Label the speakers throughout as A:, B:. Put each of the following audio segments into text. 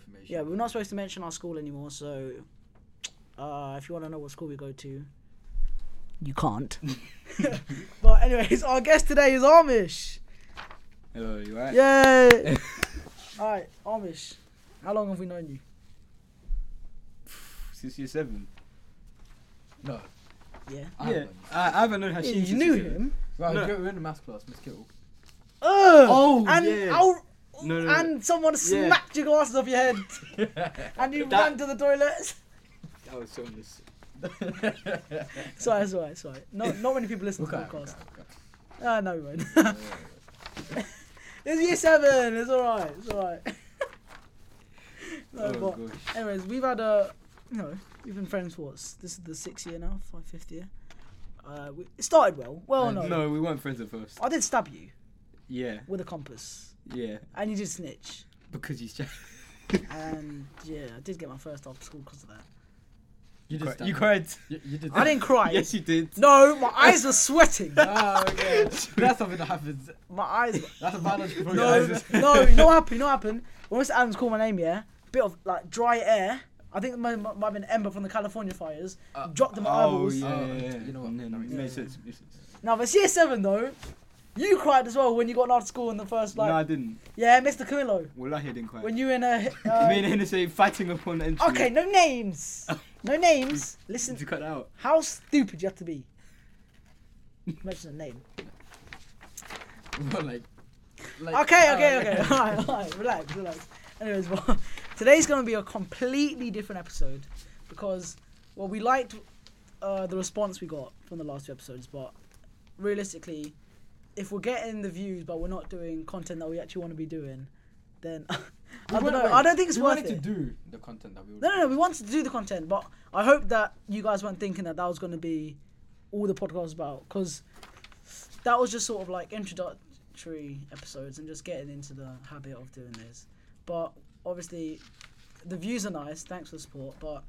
A: generation.
B: Yeah, we're not supposed to mention our school anymore. So, uh, if you want to know what school we go to, you can't. but anyways, our guest today is Amish.
A: Oh, you right?
B: Yay! All right, Amish. How long have we known you?
A: Since year seven. No.
B: Yeah.
A: I
C: Yeah.
A: haven't. I, I haven't known how she
B: you knew him.
C: Right,
A: No.
C: we were in a maths class, Miss Kittle.
B: Ugh!
A: Oh,
B: and
A: yeah.
B: our-
A: No, no, no.
B: and someone smacked your glasses off your head, and you
A: That-
B: ran to the toilet.
A: That was so mis-
B: Sorry, sorry, sorry. No, not many people listen
C: Okay,
B: to
C: okay,
B: podcasts.
C: okay.
B: Ah, no, we won't. it's year seven. It's all right. It's all right. no,
A: Oh,
B: but
A: gosh.
B: anyways, we've had a you know we've been friends for what's this is the sixth year now, five fifth year. Uh, we, it started well. Well, oh, no,
A: No, we weren't friends at first.
B: I did stab you
A: Yeah,
B: with a compass,
A: yeah.
B: and you did snitch,
A: Because he's Jack.
B: and yeah, I did get my first after school because of that.
C: You just
A: You cried.
C: You, you did.
B: I
C: that.
B: didn't cry.
A: Yes, you did.
B: No, my eyes were sweating.
C: Oh, okay. That's something that happens.
B: My eyes. Were,
C: That's a biological
B: No,
C: process.
B: no, you know what happened? You know what happened? When Mr. Adams called my name, yeah, bit of like dry air. I think it might, might might have been Ember from the California fires.
C: Uh,
B: dropped them at
A: Oh,
B: eyeballs.
A: yeah,
C: Oh,
A: yeah, yeah.
C: you know what,
A: No,
C: that
A: no,
C: makes
A: it makes
B: sense.
A: sense. Makes sense.
B: Now, for year seven though, you cried as well when you got out of school in the first like.
A: no, I didn't.
B: yeah, Mr. Camillo,
A: Well, I didn't cry.
B: when you were in a.
A: Me and
B: Uh,
A: Hennessy fighting upon entry.
B: okay, no names. No names. Listen,
A: To cut that out.
B: how stupid you have to be. Mention a name.
C: But like, like-
B: Okay,
C: oh,
B: okay, okay. alright, alright, relax, relax. Anyways, well, today's gonna be a completely different episode because well, we liked uh, the response we got from the last two episodes, but realistically, if we're getting the views but we're not doing content that we actually want to be doing, then I
C: We
B: don't
C: went-
B: know.
C: wait,
B: I don't think it's
C: we
B: worth it.
C: wanted to do the content that we.
B: No, no, no. We wanted to do the content, but I hope that you guys weren't thinking that that was going to be all the podcast was about, because that was just sort of like introductory episodes and just getting into the habit of doing this. But obviously, the views are nice. Thanks for the support, but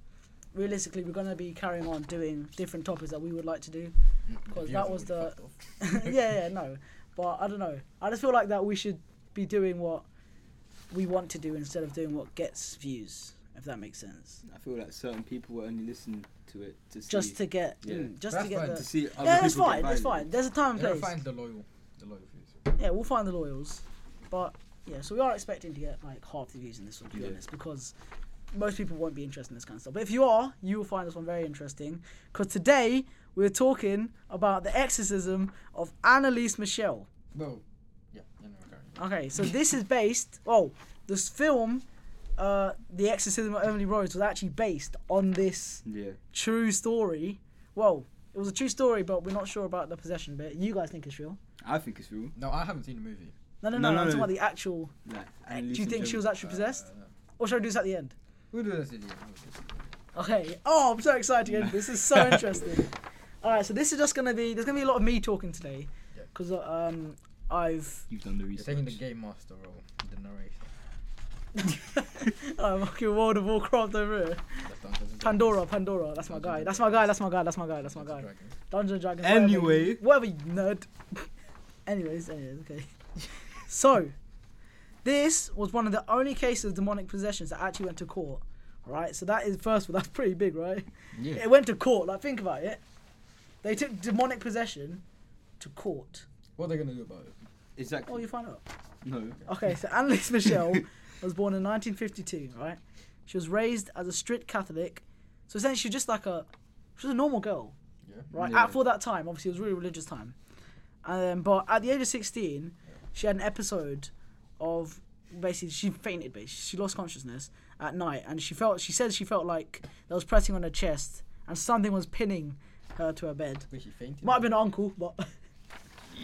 B: realistically, we're going to be carrying on doing different topics that we would like to do. Because that was the yeah, yeah, no. But I don't know. I just feel like that we should be doing what we want to do instead of doing what gets views, if that makes sense.
A: I feel like certain people will only listen to it to see.
B: Just to get,
A: Yeah.
B: mm, just
C: That's
B: to get
C: fine.
B: the.
A: to see other
B: yeah, that's
A: people get
B: fine. That's
A: violent.
B: fine. There's a time
C: They'll
B: and place.
C: find the loyal, the loyal views.
B: Yeah, we'll find the loyals, but yeah. So we are expecting to get like half the views in this one, to be
A: Yeah.
B: honest, because most people won't be interested in this kind of stuff. But if you are, you will find this one very interesting. Because today we're talking about the exorcism of Annalise Michelle.
C: Well, yeah, you know, okay.
B: Okay, so this is based. Oh, this film, uh, The Exorcism of Emily Rose, was actually based on this
A: Yeah.
B: true story. Well, it was a true story, but we're not sure about the possession bit. You guys think it's real?
A: I think it's real.
C: No, I haven't seen the movie.
B: No, no, no.
A: No,
B: no,
A: no,
B: I'm talking
A: no.
B: about the actual.
A: Like,
B: Do
A: Annalise
B: you
A: and
B: think she
A: Jeremy.
B: was
C: Uh,
B: actually possessed, or should I do this at the end?
C: We'll do this in the end.
B: Okay. Oh, I'm so excited. to get into This This is so interesting. All right, so this is just gonna be. There's gonna be a lot of me talking today,
C: Yeah.
B: because um, I've.
A: You've done the
C: You're taking the
A: research.
C: game master role, the narration.
B: I'm fucking World of Warcraft over here.
C: That's Dungeons and
B: Pandora, Pandora. That's my guy. That's my guy. That's my guy. That's my guy. That's my guy.
C: Dragons.
B: Dungeons and Dragons.
A: Anyway.
B: whatever, you- whatever you nerd. anyways, anyways, okay. so, this was one of the only cases of demonic possessions that actually went to court. Right, so that is first of all, that's pretty big, right?
C: Yeah.
B: It went to court. Like, think about it. They took demonic possession to court.
C: What are they gonna do about it?
A: Exactly.
B: Oh, you find out.
A: no.
B: Okay, so Annalise Michelle was born in 1952, right? She was raised as a strict Catholic. So essentially, she was just like a, she was a normal girl.
C: Yeah.
B: right?
A: Yeah.
B: At, for that time, obviously, it was a really religious time. Um, but at the age of 16, she had an episode of basically she fainted, basically. She lost consciousness at night, and she felt she said she felt like there was pressing on her chest, and something was pinning her to her bed.
C: Wait, she fainted.
B: Might have been her uncle, but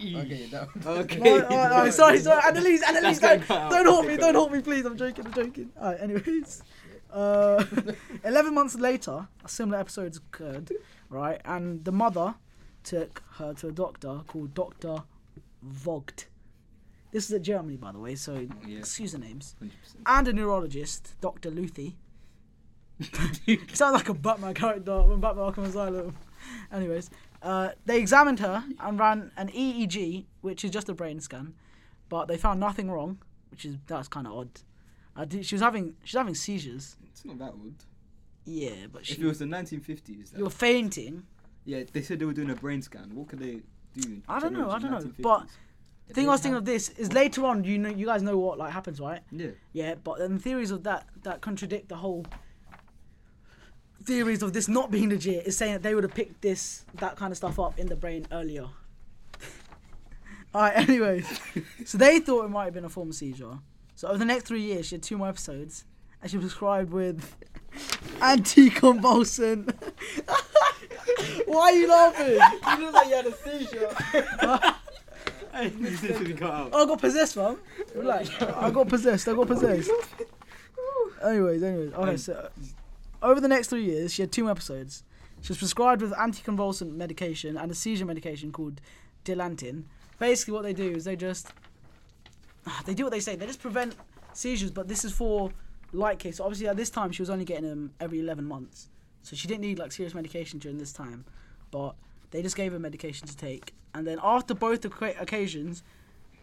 C: Okay, that.
A: Okay.
B: Alright, alright, alright, sorry, sorry, Annalise, Annalise,
A: That's
B: don't,
A: gonna cut out.
B: don't haunt me,
A: That's
B: don't
A: gonna
B: haunt me, please. I'm joking, I'm joking. Alright, anyways, uh, eleven months later, a similar episode occurred, right? And the mother took her to a doctor called Doctor Vogt. This is at Germany, by the way, so
A: Yeah.
B: excuse the names.
A: 100%.
B: And a neurologist, Doctor Luthi. Sounds like a Batman character when Batman Arkham Asylum. Anyways, uh, they examined her and ran an E EEG, which is just a brain scan, but they found nothing wrong, which is that's kind of odd. I did, she was having she's having seizures.
A: It's not that old.
B: Yeah, but she
A: If it was the 1950s,
B: you're
A: though,
B: fainting.
A: yeah, they said they were doing a brain scan. What could they do?
B: I don't know, I
A: Technology,
B: don't know, but-
A: 1950s.
B: The thing I was thinking of this is later on. You know, you guys know what like happens, right?
A: yeah,
B: Yeah, but then theories of that that contradict the whole theories of this not being legit is saying that they would have picked this that kind of stuff up in the brain earlier. Alright, anyways. so they thought it might have been a form of seizure. So over the next three years she had two more episodes and she was prescribed with anticonvulsant Why are you laughing?
C: You look like you had a seizure.
A: this has been cut out.
B: I got possessed, fam. Relax. I got possessed. I got possessed. anyways, anyways. Okay, so uh, over the next three years, she had two episodes. She was prescribed with anticonvulsant medication and a seizure medication called Dilantin. Basically, what they do is they just ah, they do what they say. They just prevent seizures, but this is for light cases. Obviously, at this time, she was only getting them every 11 months, so she didn't need like serious medication during this time. But they just gave her medication to take, and then after both occa- occasions,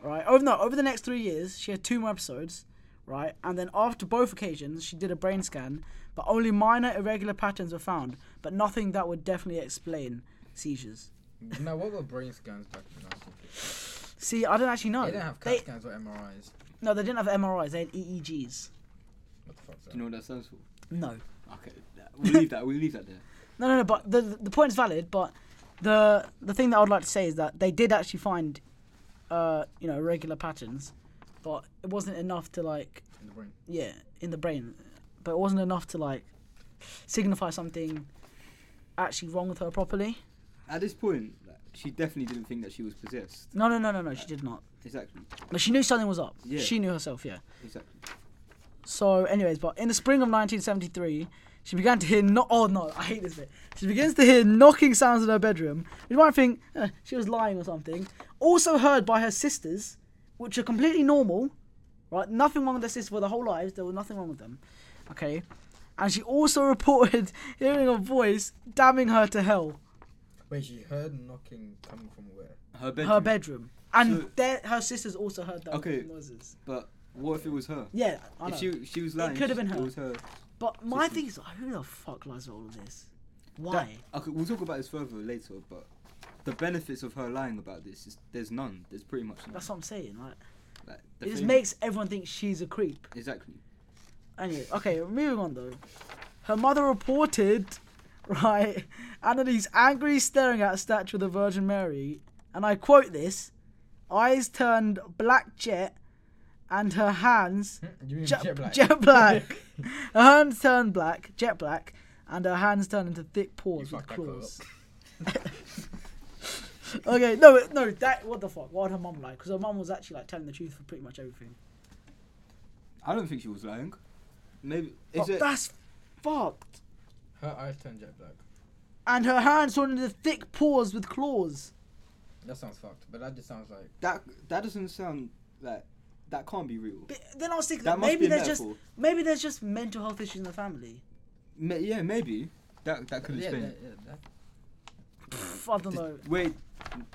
B: right? Over no, over the next three years, she had two more episodes, right? And then after both occasions, she did a brain scan, but only minor irregular patterns were found, but nothing that would definitely explain seizures.
C: No, what were brain scans back in the 1950s?
B: See, I don't actually know.
C: They didn't have CAT
B: They-
C: scans or MRIs.
B: no, they didn't have MRIs. They had E EEGs.
C: What the fuck's that?
A: Do you know what that stands for?
B: No.
A: Okay, we will leave that. We will leave that there.
B: No, no, no. But the the point is valid. But the the thing that I would like to say is that they did actually find, uh, you know, regular patterns, but it wasn't enough to like,
C: in the brain.
B: yeah, in the brain, but it wasn't enough to like signify something actually wrong with her properly.
A: At this point, like, she definitely didn't think that she was possessed.
B: No, no, no, no, no. She did not.
A: Exactly.
B: But she knew something was up.
A: Yeah.
B: She knew herself. Yeah.
A: Exactly.
B: So, anyways, but in the spring of 1973, she began to hear no. Oh no, I hate this bit. She begins to hear knocking sounds in her bedroom. You might think eh, she was lying or something. Also heard by her sisters, which are completely normal, right? Nothing wrong with their sisters for their whole lives. There was nothing wrong with them, okay? And she also reported hearing a voice damning her to hell,
C: Wait, she heard knocking coming from where?
A: Her bedroom.
B: her bedroom, and
A: So-
B: their, her sisters also heard that
A: Okay.
B: noises.
A: But what if it was her?
B: Yeah, I know.
A: If she she was lying,
B: could have been
A: it
B: her.
A: was her.
B: but my
A: sisters-
B: thing is, who the fuck lies about all of this? Why?
A: That- okay, we'll talk about this further later. But the benefits of her lying about this is there's none. There's pretty much none.
B: That's what I'm saying. Like,
A: Like, the
B: it just
A: fame-
B: makes everyone think she's a creep.
A: exactly.
B: Anyway, okay, moving on though. Her mother reported, right, Annalise angrily staring at a statue of the Virgin Mary, and I quote this: eyes turned black jet, and her hands
C: You mean
B: jet,
C: jet black?
B: jet black. her hands turned black, jet black, and her hands turned into thick paws
C: You
B: with
C: fucked that quote
B: claws. okay, no, no, that what the fuck? What would her mum like? Because her mum was actually like telling the truth for pretty much everything.
A: I don't think she was lying. Maybe is
B: But
A: it?
B: that's fucked.
C: Her eyes turned jet black.
B: And her hands turned into thick paws with claws.
C: That sounds fucked, but that just sounds like
A: That that doesn't sound like that can't be real.
B: But then I was thinking
A: That
B: that
A: must
B: maybe
A: be a
B: there's just
A: metaphor.
B: maybe there's just mental health issues in the family.
A: Ma- yeah, maybe that that could
C: yeah,
A: explain.
C: yeah,
A: it.
C: yeah, that.
B: Pff, I don't know.
A: Did- wait,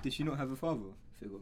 A: did she not have a father figure?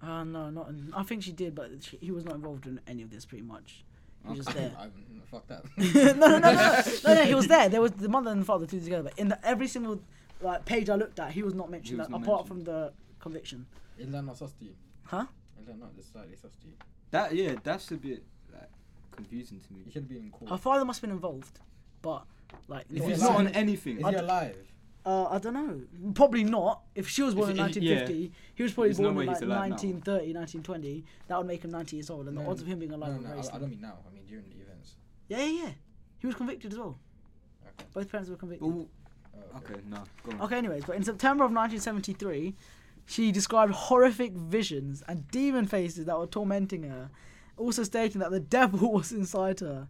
B: Uh, no, not. In, I think she did, but she, he was not involved in any of this. Pretty much, he was just there.
C: I, fuck that.
B: no, no, no, no, no, no, no, He was there. There was the mother and the father two together. But in the, every single like page I looked at, he was not mentioned
A: was
B: that,
A: not
B: apart
A: mentioned.
B: from the conviction.
C: Is that not sus to you?
B: Huh?
C: Is that not just slightly sus to you?
A: That yeah, that's a bit like confusing to
C: You
A: me.
C: should have been in
B: Her
C: court.
B: father must have been involved, but like,
A: If
C: Or
A: it's
C: like-
A: not on
C: Is
A: anything,
C: he alive?
B: Uh, I don't know. Probably not. If she was born
A: Is
B: in
A: it- is- yeah.
B: 1950, he was probably
A: There's no
B: born
A: way
B: in
A: he's
B: like
A: alive now.
B: 1930, 1920. That would make him 90 years old, and the
C: No,
B: odds of him being alive
C: No,
B: were
C: no,
B: very
C: I, I
B: slim.
C: don't mean now. I mean during the events.
B: Yeah, yeah, yeah. He was convicted as well.
C: Okay.
B: Both parents were convicted.
A: Oh,
C: Oh,
A: okay, no, go on.
B: Okay, anyways, but in September of 1973, she described horrific visions and demon faces that were tormenting her, also stating that the devil was inside her.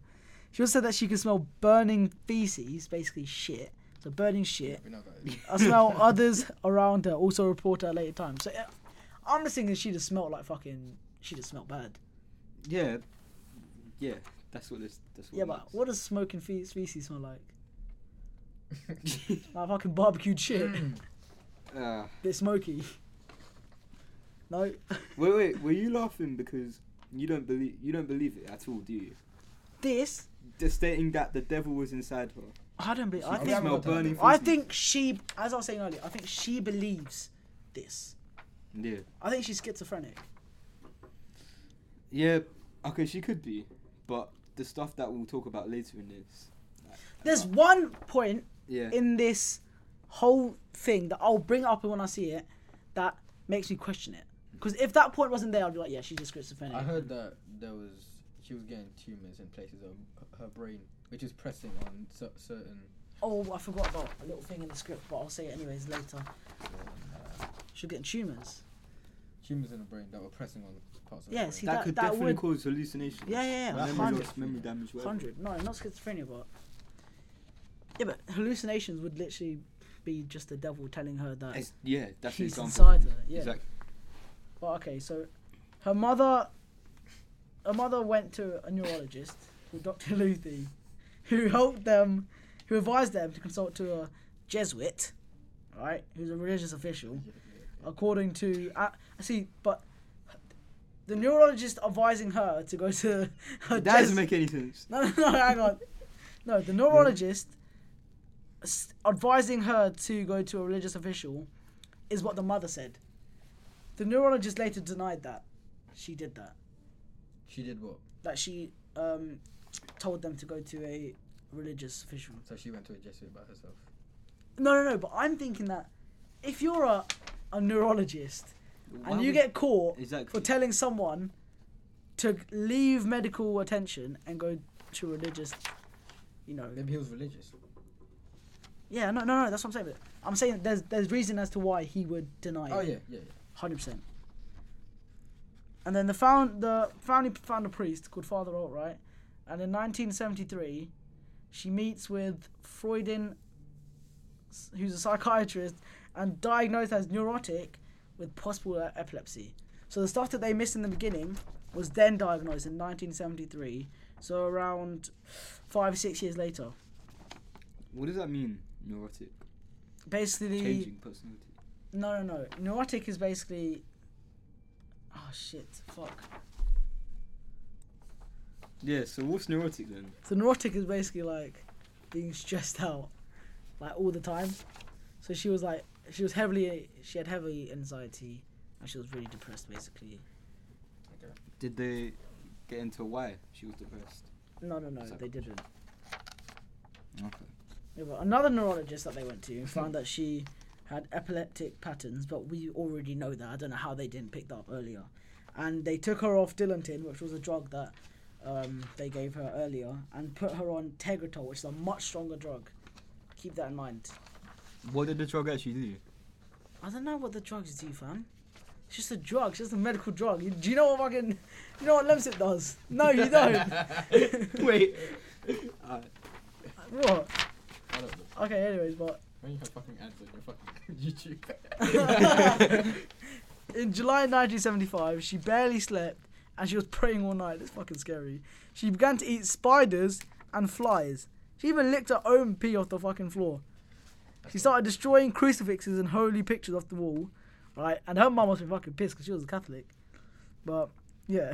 B: She also said that she could smell burning feces, basically shit. So burning shit,
C: We know guys.
B: I smell others around her also report her at later time. So uh, I'm just thinking she just smelled like fucking. She just smelled bad.
A: Yeah, yeah, that's what this. That's what
B: Yeah,
A: it
B: but
A: is.
B: what does smoking fe- feces smell like? Like fucking barbecued shit.
A: Ah,
B: Bit smoky. No.
A: wait, wait, were you laughing because you don't believe you don't believe it at all, do you?
B: this,
A: Just stating that the devil was inside her.
B: I don't believe. I
A: She
C: think-
A: smell
B: think.
A: burning
B: I
A: feces.
B: think she, as I was saying earlier, I think she believes this.
A: Yeah.
B: I think she's schizophrenic.
A: Yeah. Okay, she could be, but the stuff that we'll talk about later in this.
B: There's one point
A: Yeah.
B: in this whole thing that I'll bring up when I see it that makes me question it. Because if that point wasn't there, I'd be like, yeah, she's just schizophrenic.
C: I
A: Uh-huh.
C: heard that there was she was getting tumors in places of her brain, which is pressing on cer certain.
B: Oh, I forgot about a little thing in the script, but I'll say it anyways later.
C: Uh,
B: She's getting tumours.
C: tumors in the brain that were pressing on parts of
B: Yeah,
C: the brain.
B: see,
A: that,
B: that-
A: could
B: that
A: definitely
B: would-
A: cause hallucinations.
B: Yeah, yeah, yeah,
A: Memory
B: 100.
A: loss, memory damage, whatever.
B: 100. No, not schizophrenia, but. Yeah, but hallucinations would literally be just the devil telling her that.
A: It's- yeah, that's
B: She's
A: an example.
B: inside her, yeah.
A: Exactly.
B: Well, okay, so her mother, her mother went to a neurologist, called Dr. Luthi, who helped them, who advised them to consult to a Jesuit, right, who's a religious official, according to. Uh, see, but the neurologist advising her to go to her
A: That
B: Jes-
A: doesn't make any sense.
B: no, no, no, hang on. No, the neurologist s- advising her to go to a religious official is what the mother said. The neurologist later denied that she did that.
C: She did what?
B: That she um, told them to go to a religious official.
C: So she went to a Jesuit by herself.
B: No, no, no. But I'm thinking that if you're a, a neurologist
A: Why
B: and you
A: would-
B: get caught for
A: Exactly.
B: telling someone to leave medical attention and go to religious, you know,
C: Maybe he was religious.
B: Yeah, no, no, no. That's what I'm saying. I'm saying there's there's reason as to why he would deny
C: Oh
B: it.
C: yeah, yeah, yeah.
B: hundred percent. And then the found the founding found a priest called Father Altright, and in 1973, she meets with Freudin, s- who's a psychiatrist, and diagnosed as neurotic with possible uh, epilepsy. So the stuff that they missed in the beginning was then diagnosed in 1973. So around five six years later,
A: What does that mean? Neurotic,
B: basically.
A: changing personality.
B: No, no, no. Neurotic is basically. Oh shit! Fuck.
A: Yeah. So what's neurotic then?
B: So neurotic is basically like being stressed out, like all the time. So she was like, she was heavily, she had heavy anxiety, and she was really depressed, basically.
A: Did they get into why she was depressed?
B: No, no, no,
A: Psych-
B: they didn't.
A: Okay.
B: Yeah, but another neurologist that they went to found that she had epileptic patterns, but we already know that. I don't know how they didn't pick that up earlier. And they took her off Dilantin, which was a drug that um, they gave her earlier, and put her on Tegretol, which is a much stronger drug. Keep that in mind.
A: What did the drug actually do?
B: I don't know what the drugs do, fam. It's just a drug. It's just a medical drug. You- do you know what fucking? You know what Lemsip does? No, you don't.
A: Wait. Uh,
B: what?
C: I don't know.
B: Okay. Anyways, but
C: When you have fucking ads on your fucking YouTube.
B: In July 1975, she barely slept and she was praying all night. It's fucking scary. She began to eat spiders and flies. She even licked her own pee off the fucking floor. She started destroying crucifixes and holy pictures off the wall, right? And her mum must be fucking pissed because she was a Catholic. But yeah,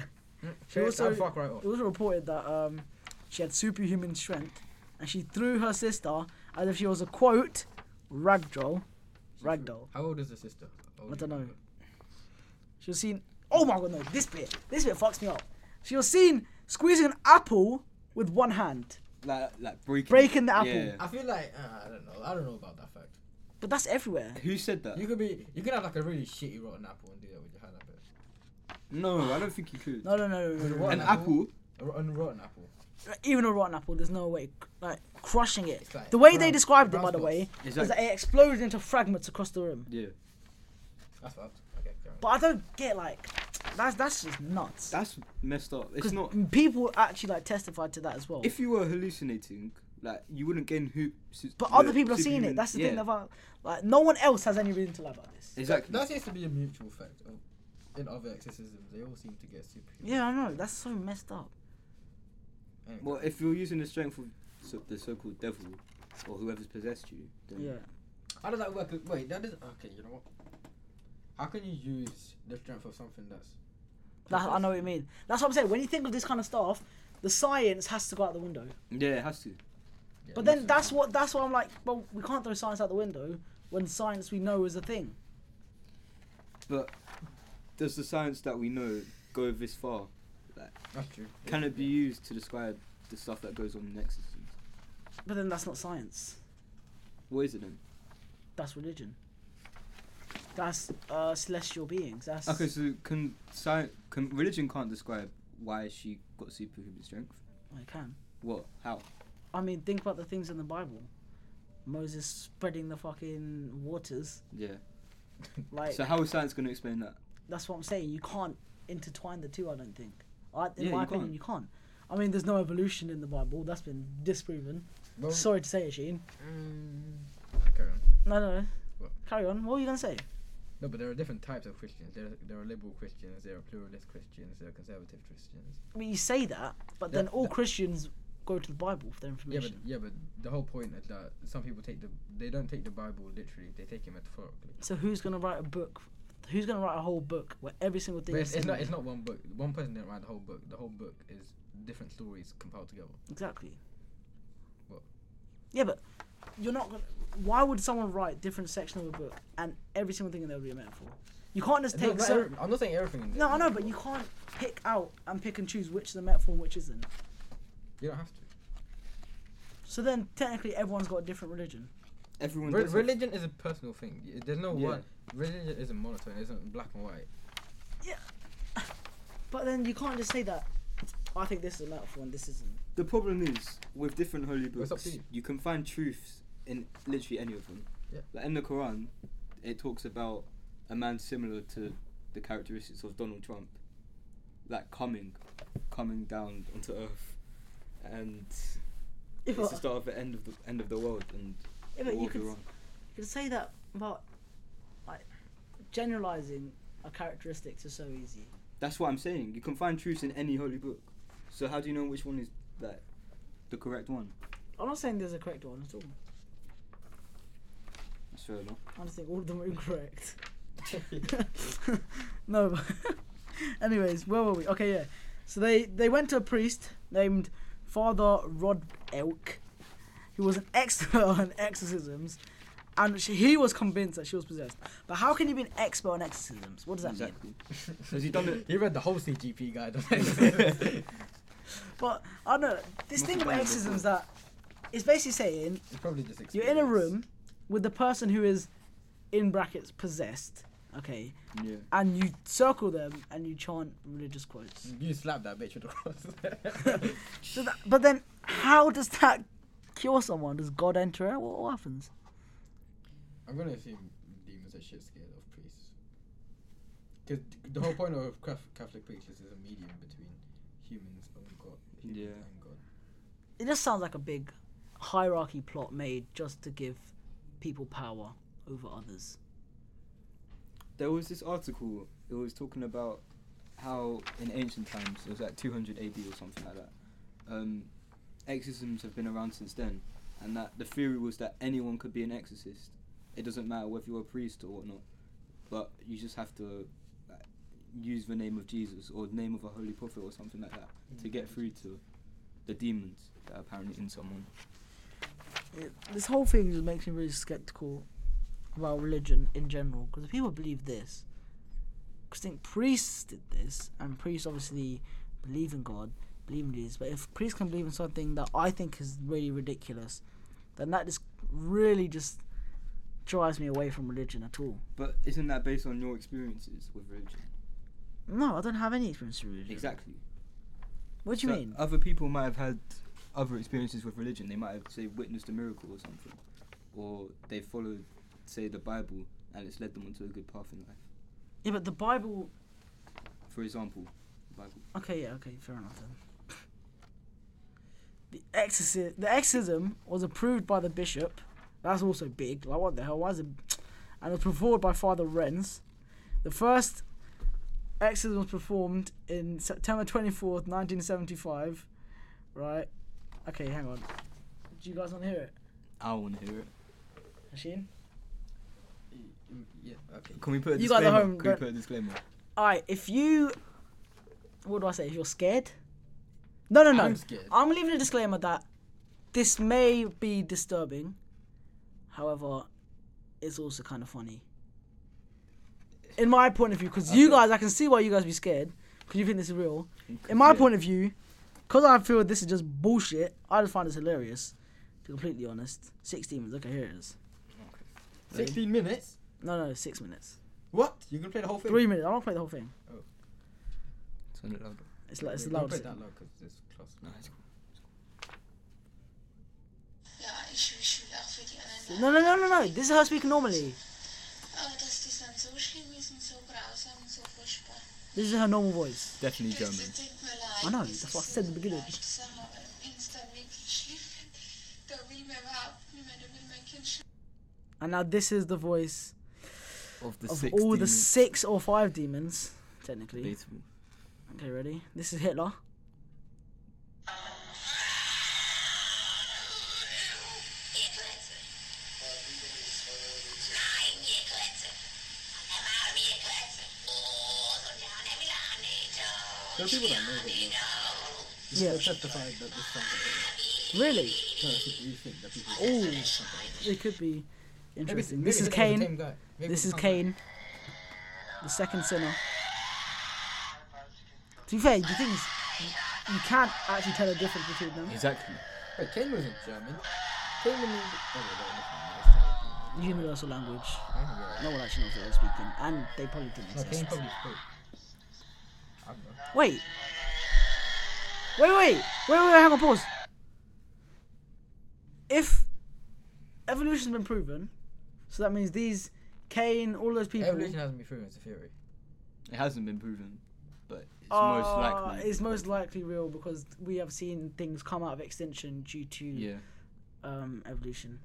B: She
C: Okay,
B: also-
C: I'll fuck right off.
B: it was reported that um, she had superhuman strength and she threw her sister as if she was a quote rag doll. Rag doll.
C: How old is the sister? How old
B: I
C: is
B: don't
C: the
B: know.
C: brother?
B: She was seen. Oh my god, no! This bit, this bit fucks me up. She was seen squeezing an apple with one hand,
A: Like, like breaking.
B: breaking the apple.
A: Yeah.
C: I feel like uh, I don't know. I don't know about that fact.
B: But that's everywhere.
A: Who said that?
C: You could be, you could have like a really shitty rotten apple and do that with your hand up it.
A: No, I don't think you could.
B: No, no, no, no, no, no.
C: What?
A: An
C: An
A: apple.
C: apple? A rotten, rotten apple.
B: Even a rotten apple, there's no way. Like crushing it.
C: It's like
B: The way they
C: brown-
B: described it,
C: brown
B: by the
C: spots.
B: way,
A: Is
B: was
A: that-
B: that it exploded into fragments across the room.
A: Yeah.
C: That's fucked. Okay, carry on.
B: But I don't get like, that's that's just nuts.
A: That's messed up. It's
B: Because
A: not.
B: people actually like testified to that as well.
A: If you were hallucinating, like you wouldn't gain hoop. su-
B: but
A: the
B: other people have seen
A: superhuman-
B: it. That's the
A: yeah.
B: thing about like no one else has any reason to lie about this.
A: Exactly.
C: That seems to be a mutual fact. Of, in other exorcisms, they all seem to get superhuman.
B: Yeah, I know. That's so messed up.
C: Anyway,
A: Well, if you're using the strength of so, the so-called devil or whoever's possessed you, then
B: Yeah.
C: how does that work? Wait, that is okay. You know what? How can you use the strength of something that's?
B: That, I know what you mean. That's what I'm saying. When you think of this kind of stuff, the science has to go out the window.
A: Yeah, it has to.
C: Yeah, most
B: But then
C: of
B: that's
C: them.
B: what that's why I'm like, well, we can't throw science out the window when science we know is a thing.
A: But does the science that we know go this far?
C: That's true.
A: Can it be used to describe the stuff that goes on in Nexus?
B: But then that's not science.
A: What is it then?
B: That's religion. That's uh, celestial beings. That's
A: Okay, so can science, can religion can't describe why she got superhuman strength?
B: I can.
A: What? How?
B: I mean, think about the things in the Bible. Moses spreading the fucking waters.
A: Yeah.
B: Like
A: So how is science going to explain that?
B: that's what I'm saying. You can't intertwine the two. I don't think. I, in
A: Yeah,
B: my
A: you
B: opinion,
A: can't.
B: you can't. I mean, there's no evolution in the Bible. That's been disproven.
C: Well,
B: Sorry to say it, Sheen.
C: mm, carry on.
B: No, no, no.
C: What?
B: Carry on. What were you gonna say?
C: No, but there are different types of Christians. There, there are liberal Christians. There are pluralist Christians. There are conservative Christians.
B: I mean, you say that, but
C: Yeah,
B: then all
C: yeah.
B: Christians go to the Bible for their
C: Yeah, but
B: information.
C: yeah, but the whole point is that some people take the they don't take the Bible literally. They take it metaphorically.
B: so who's gonna write a book? Who's gonna write a whole book where every single thing
C: But
B: is
C: it's, it's
B: said
C: not
B: in
C: it's
B: it?
C: not one book. One person didn't write the whole book. The whole book is different stories compiled together.
B: exactly?
C: What?
B: Yeah, but you're not gonna. Why would someone write different section of a book and every single thing in there would be a metaphor? You can't just
C: No,
B: take.
C: not
B: cer-
C: every- I'm not saying everything. in there
B: no, I
C: is
B: know, but you
C: metaphor.
B: can't pick out and pick and choose which is a metaphor and which isn't.
C: You don't have to.
B: So then, technically, everyone's got a different religion.
A: Everyone
C: Re-
A: does it.
C: religion is a personal thing. Y- There's no
A: Yeah.
C: one. Religion isn't monotone. It isn't black and white.
B: But then you can't just say that. I think this is a metaphor and this isn't.
A: The problem is with different holy
C: It's up
A: books,
C: to you.
A: you. can find truths in literally any of them.
C: Yeah.
A: Like in the Quran, it talks about a man similar to the characteristics of Donald Trump, like coming, coming down onto Earth, and
B: If
A: it's
B: I-
A: the start of the end of the end of the world and
B: Yeah,
A: all
B: but you
A: of the
B: could, you
A: wrong.
B: could say that about like generalizing a characteristics is so easy.
A: That's what I'm saying. You can find truths in any holy book. So how do you know which one is like the correct one?
B: I'm not saying there's a correct one at all.
A: That's fair enough.
B: I just think all of them are incorrect. no. but- Anyways, where were we? Okay, yeah. So they they went to a priest named Father Rod Elk, who was an expert on exorcisms, and she, he was convinced that she was possessed. But how can you be an expert on exorcisms? What does that mean?
A: exactly. Has he done it?
C: He read the whole CGP guide. on it.
B: But I don't know. This
A: Must
B: thing
A: have
B: with
A: done it
B: exorcisms that it's basically saying
C: It's probably just.
B: You're in a
C: experience.
B: room with the person who is, in brackets, possessed. Okay,
A: Yeah.
B: and you circle them and you chant religious quotes.
C: You slap that bitch with the cross.
B: So that, but then, how does that cure someone? Does God enter it? What, what happens?
C: I'm gonna assume demons are shit scared of priests. Because the whole point of Cath- Catholic preachers is a medium between humans and God. humans
A: Yeah.
C: And God.
B: It just sounds like a big hierarchy plot made just to give people power over others.
A: There was this article. It was talking about how in ancient times, it was like 200 AD or something like that. Um, exorcisms have been around since then, and that the theory was that anyone could be an exorcist. It doesn't matter whether you're a priest or whatnot, but you just have to uh, use the name of Jesus or the name of a holy prophet or something like that to get through to the demons that are apparently in someone.
B: It, this whole thing just makes me really skeptical about religion in general. Because if people believe this, 'cause I think priests did this, and priests obviously believe in God, believe in Jesus. But if priests can believe in something that I think is really ridiculous, then that just really just drives me away from religion at all.
A: But isn't that based on your experiences with religion?
B: No, I don't have any experience with religion.
A: Exactly.
B: What do you
A: So
B: mean?
A: Other people might have had other experiences with religion. They might have, say, witnessed a miracle or something, or they followed, say, the Bible, and it's led them onto a good path in life.
B: Yeah, but the Bible.
A: For example, the Bible.
B: Okay, yeah, okay, fair enough then. The exorcism, the exorcism was approved by the bishop. That's also big. Like, what the hell? Why is it? And it was performed by Father Renz. The first exorcism was performed in September 24th, 1975. Right? Okay, hang on. Do you guys want to hear it?
A: I want to hear it.
B: Machine?
C: Mm, Yeah. Okay.
A: Can we put a
B: You guys at
A: disclaimer?
B: home,
A: Can we
B: don't-
A: put a disclaimer?
B: Alright, if you. What do I say? If you're scared, No, no, no.
C: I'm scared.
B: I'm leaving a disclaimer that this may be disturbing. However, it's also kind of funny. In my point of view, because you
A: Okay.
B: guys, I can see why you guys be scared, because you think this is real. In my point of view, because I feel this is just bullshit, I just find this hilarious, to be completely honest. Six demons, okay, here it is. Ready?
C: Sixteen minutes.
B: No, no, six minutes.
C: What? You're gonna play the whole thing?
B: Three minutes. I'm not playing the whole thing.
A: Turn it louder.
B: It's, like, it's
C: Wait,
B: the
C: don't play
B: loudest.
C: that loud 'cause it's close.
A: No, it's cool.
D: Ja, ich, ich will auch für die anderen.
B: No, no, no, no, no. This is how I speak normally.
D: Aber dass die sind so schlimm, die sind so grausam und so furchtbar.
B: This is her normal voice.
A: Definitely
D: Das
A: German.
D: tut mir leid.
B: I know,
D: Ah, das
B: that's
D: ist
B: what I said in the beginning.
D: leicht gesagt, aber Wenn es dann wirklich schlimm wird, da will man überhaupt nicht mehr, da will mein Kind schon
B: And now this is the voice
A: Of the
B: of
A: six
B: all the
A: demons.
B: six or five demons, technically.
A: Debatable.
B: Okay, ready? This is Hitler.
D: Ihr Klötze. Nein, ihr Klötze. Der war mir Klötze. Oh, so der, der will auch nicht. Oh,
C: There are people that know it.
B: Yeah.
C: Justified that this song.
B: Really?
C: No, it's just you think that people.
B: Oh, it could be
C: Maybe-
B: interesting.
C: maybe
B: This
C: it's
B: is
C: the same
B: Cain.
C: guy. Maybe it's
B: This is
C: the same guy.
B: Cain, the second sinner. To be fair, the thing is, you, you can't actually tell a difference between them.
A: Exactly.
C: Wait, Cain wasn't German. Cain was. Oh, wait,
B: Universal language.
C: wait, wait, wait.
B: No one actually knows what they're speaking, and they probably didn't
C: No, Cain
B: exist.
C: probably spoke. I don't know.
B: Wait. Wait, wait, wait, wait, wait, hang on, pause. If evolution's been proven, so that means these Cain, all those people
C: Evolution hasn't been proven, it's a theory.
A: It hasn't been proven, but it's most
B: are-
A: likely.
B: Ah, it's most likely real because we have seen things come out of extinction due to
A: Yeah.
B: um, evolution.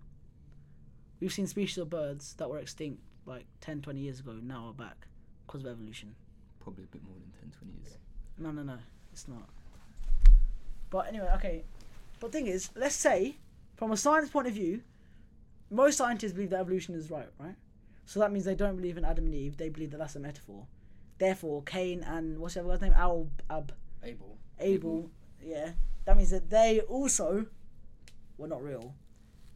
B: We've seen species of birds that were extinct like 10, 20 years ago now are back because of evolution.
A: Probably a bit more than 10, 20 years.
B: No, no, no, it's not. But anyway, okay. But thing is, let's say, from a science point of view, most scientists believe that evolution is right, right? So that means they don't believe in Adam and Eve. They believe that that's a metaphor. Therefore, Cain and what's the other guy's name? Al Ab
C: Abel.
B: Abel. Yeah, that means that they also were not real.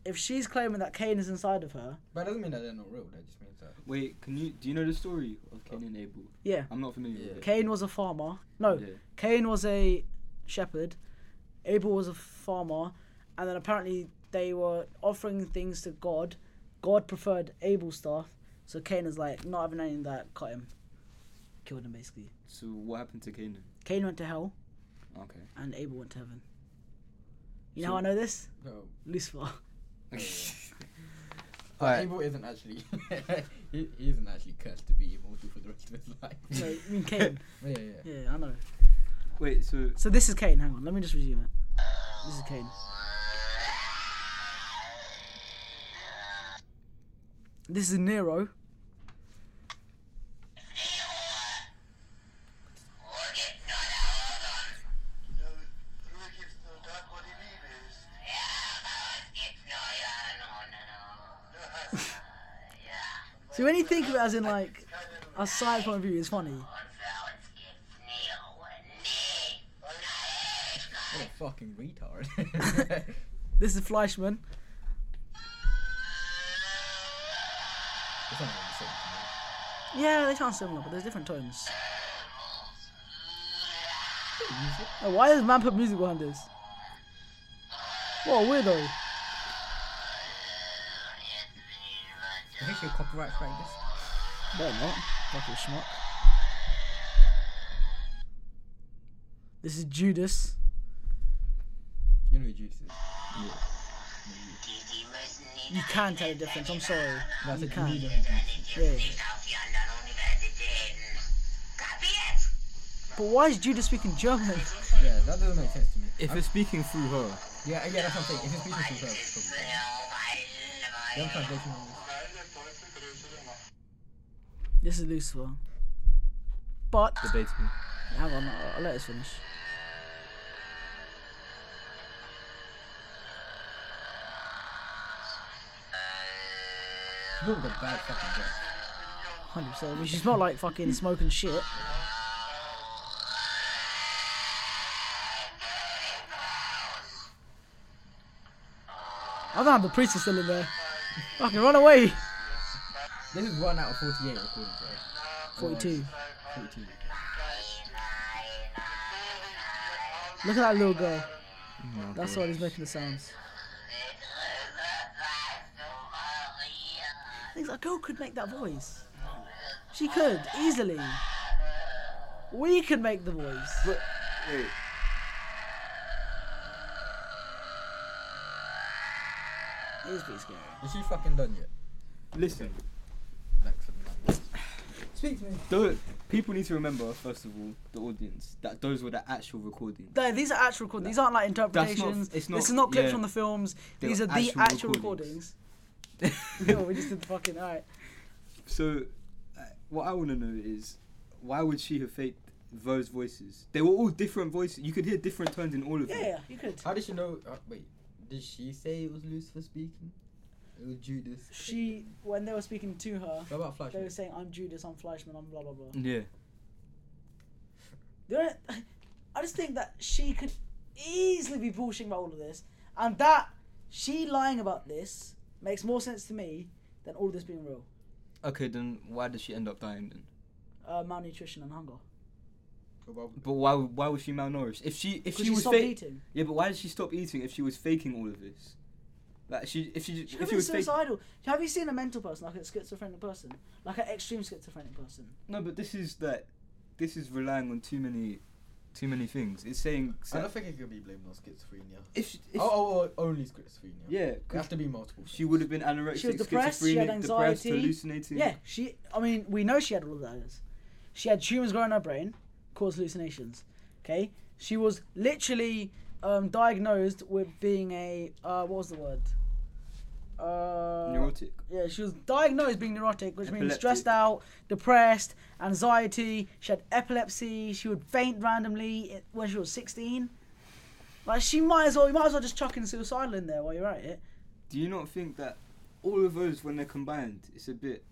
B: If she's claiming that Cain is inside of her,
C: But it doesn't mean that they're not real, that just means that.
A: Wait, can you do you know the story of Cain and Abel?
B: Yeah.
A: I'm not familiar
C: Yeah.
A: with it.
B: Cain was a farmer. No,
A: Yeah.
B: Cain was a shepherd. Abel was a farmer, and then apparently they were offering things to God. God preferred Abel's stuff, so Cain is like not having any of that. Cut him, killed him basically.
A: So what happened to Cain? then?
B: Cain went to hell,
A: Okay.
B: and Abel went to heaven. You know
A: So-
B: how I know this?
C: No.
B: Lucifer.
C: But
A: Alright.
C: Abel isn't actually. he, he isn't actually cursed to be immortal for the rest of his life.
B: No, I mean Cain.
C: yeah, yeah, yeah.
B: Yeah, I know.
A: Wait, so
B: So this is Kane. Hang on, let me just resume it. This is Kane. This is Nero. So when you think of it as in like a side point of view, it's funny.
C: What a fucking retard.
B: This is Fleischman.
C: It's not really the same to me.
B: Yeah, they sound similar, but there's different tones. Oh, why does man put music behind this? What a weirdo.
C: I think you're copyright strike this.
B: Better not. Fucking schmuck. This is Judas.
C: You know who Judas is.
B: You can tell the difference, I'm sorry.
C: That's
B: you
C: it, you
B: can.
C: need to know who Judas is.
B: Yeah. But why is Judas speaking German?
C: Yeah, that doesn't make sense to me.
A: if
C: I'm-
A: it's speaking through her,
C: yeah, yeah, that's what I'm saying. If it's speaking to yourself, it's probably fine. You have translation on this.
B: This is Lucifer. But,
A: debatable.
B: hang on, I'll, I'll let us finish.
C: You've all got bad fucking jokes.
B: 100%. I mean, she's not like fucking smoking shit. I don't have the priest is still in there. Fucking run away.
C: This is one out of 48 recorded, right?
B: 42.
C: 42.
B: Look at that little girl.
A: Oh,
B: That's why he's making the sounds. Things a girl could make that voice. She could easily. We could make the voice.
A: But wait.
B: It is pretty scary.
C: Is she fucking done yet?
A: Listen,
C: Like something like this.
B: Speak to me.
A: tho- people need to remember first of all the audience that those were the actual recordings.
B: No, these are actual recordings. These aren't like interpretations.
A: it's
B: this
A: not-
B: is not clips
A: yeah.
B: from the films.
A: They
B: these are
A: were
B: the
A: actual
B: actual recordings.
A: recordings.
B: no, we just did the fucking alright.
A: so, uh, what I want to know is why would she have faked those voices? They were all different voices. You could hear different tones in all of
B: Yeah,
A: them.
B: yeah, you could.
C: How did she know? Uh, wait, did she say it was Lucifer speaking? It was Judas.
B: She, when they were speaking to her,
C: What about
B: they were
C: Flashman?
B: saying, "I'm Judas, I'm Fleischman, I'm blah blah blah."
A: Yeah.
B: The only- I just think that she could easily be bullshitting about all of this, and that she lying about this makes more sense to me than all this being real.
A: Okay, then why did she end up dying then?
B: Uh, malnutrition and hunger.
C: What about-
A: But why? Why was she malnourished? If she if
B: 'Cause She,
A: she, was
B: stopped
A: fake,
B: eating.
A: yeah, but why did she stop eating if she was faking all of this? Like she if she,
B: She could
A: if
B: have
A: she
B: been
A: was faking.
B: suicidal. Have you seen a mental person, like a schizophrenic person, like an extreme schizophrenic person?
A: No, but this is that. This is relying on too many, too many things. It's saying.
C: I don't think it could be blamed on schizophrenia.
A: if, she- if
C: Oh, oh, oh, only schizophrenia.
A: yeah,
C: it has
A: 'cause
C: to be multiple.
A: she would have been anorexic,
B: She was depressed, she had
A: schizophrenic, depressed,
B: anxiety.
A: hallucinating.
B: Yeah, she. I mean, we know she had all of those. She had tumors growing in her brain, caused hallucinations. Okay, she was literally um, diagnosed with being a uh, what was the word? Uh,
A: neurotic.
B: Yeah, she was diagnosed being neurotic, which means
A: Epileptic.
B: stressed out, depressed, anxiety. She had epilepsy. She would faint randomly i- when she was sixteen. Like she might as well, you might as well just chuck in suicidal in there while you're at it.
A: Do you not think that all of those, when they're combined, it's a bit,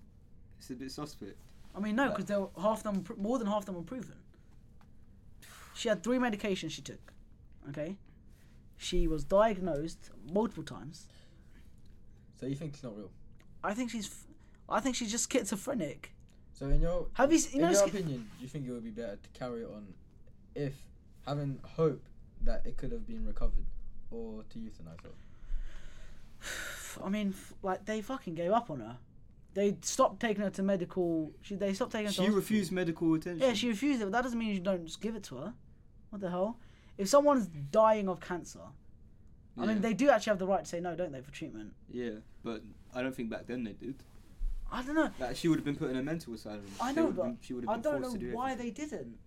A: it's a bit suspect?
B: I mean, no, because they were half them, pr- more than half them were proven. She had three medications she took. Okay, she was diagnosed multiple times.
C: So you think it's not real?
B: I think she's, f- I think she's just schizophrenic.
C: So in your
B: Have you, s- you
C: in
B: know,
C: your
B: sch-
C: opinion, do you think it would be better to carry on if having hope that it could have been recovered, or to euthanize her?
B: I mean, f- like they fucking gave up on her. They stopped taking her to medical. She, they stopped taking her. to
A: She
B: hospital.
A: refused medical attention.
B: Yeah, she refused it, but that doesn't mean you don't just give it to her. What the hell? If someone's dying of cancer, I
A: Yeah.
B: mean, they do actually have the right to say no, don't they, for treatment?
A: Yeah, but I don't think back then they did.
B: I don't know.
A: Like she would have been put in a mental asylum.
B: I
A: They
B: know,
A: would've
B: but
A: been- she would
B: I
A: have been
B: don't
A: forced to
B: know
A: do
B: why
A: everything.
B: they didn't.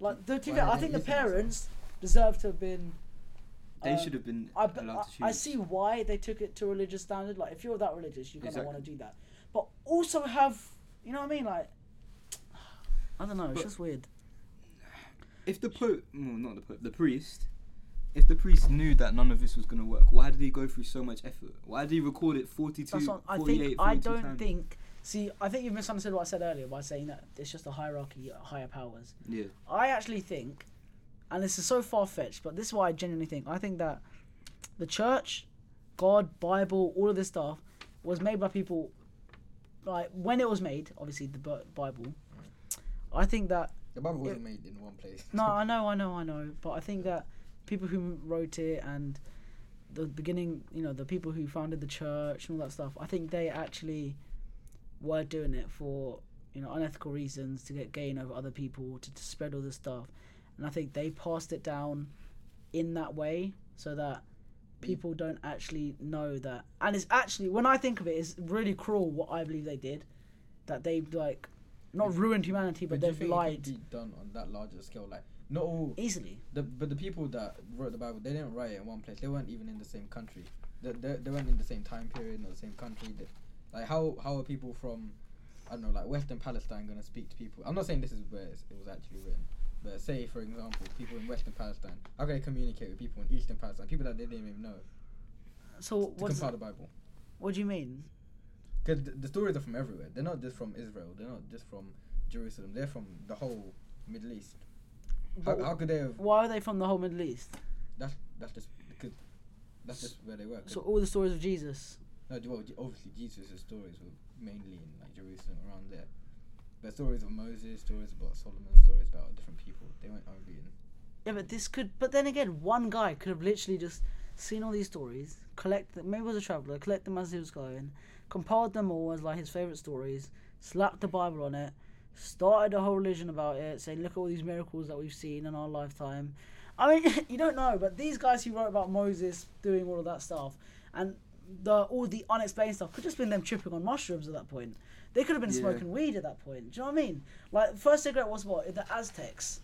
B: Like, the,
C: Why
B: to be fair,
C: did
B: I
C: they
B: think the
C: use them as well?
B: parents deserve to have been.
A: They
B: um,
A: should have been
B: I, b-
A: allowed to choose.
B: I- I see why they took it to religious standard. Like, if you're that religious, you're gonna
A: Exactly.
B: want to do that. But also have, you know what I mean? Like, I don't know. It's
A: But-
B: just weird.
A: If the pope, well, not the pope, the priest, if the priest knew that none of this was going to work, why did he go through so much effort? Why did he record it 42,
B: That's what I
A: 48,
B: think. I
A: 42
B: don't
A: times?
B: think. See, I think you misunderstood what I said earlier by saying that it's just a hierarchy, higher powers.
A: Yeah,
B: I actually think, and this is so far fetched, but this is why I genuinely think. I think that the church, God, Bible, all of this stuff was made by people. Like when it was made, obviously the Bi- Bible. I think that
C: The Bible
B: Yeah.
C: wasn't made in one place.
B: no, I know, I know, I know, but I think that people who wrote it and the beginning, you know, the people who founded the church and all that stuff, I think they actually were doing it for you know unethical reasons to get gain over other people to, to spread all this stuff, and I think they passed it down in that way so that people don't actually know that. And it's actually when I think of it, it's really cruel what I believe they did, that they like not ruined humanity, but
C: do you
B: they've
C: think It
B: lied
C: could be done on that larger scale, like not all
B: easily.
C: the but the people that wrote the Bible, they didn't write it in one place. They weren't even in the same country. They they, they weren't in the same time period, not the same country. They, like how how are people from I don't know, like Western Palestine gonna speak to people? I'm not saying this is where it's, it was actually written, but say for example, people in Western Palestine, how can they communicate with people in Eastern Palestine, people that they didn't even know
B: So
C: to
B: what's,
C: compile the Bible?
B: what do you mean?
C: Because the, the stories are from everywhere. They're not just from Israel. They're not just from Jerusalem. They're from the whole Middle East. How,
B: But
C: how could they have
B: Why are they from the whole Middle East?
C: That's that's just because That's just where they were. 'cause-
B: So all the stories of Jesus.
C: No, well, Je- obviously Jesus' stories were mainly in like Jerusalem around there. But stories of Moses, stories about Solomon, stories about different people. They weren't only in.
B: Yeah, but this could. But then again, one guy could have literally just seen all these stories, collect them. Maybe it was a traveler, collect them as he was going, compiled them all as like his favorite stories, slapped the Bible on it, started a whole religion about it, saying, "Look at all these miracles that we've seen in our lifetime." I mean, you don't know, but these guys who wrote about Moses doing all of that stuff and the all the unexplained stuff could just been them tripping on mushrooms at that point. They could have been
A: Yeah.
B: smoking weed at that point. Do you know what I mean? Like the first cigarette was what the Aztecs.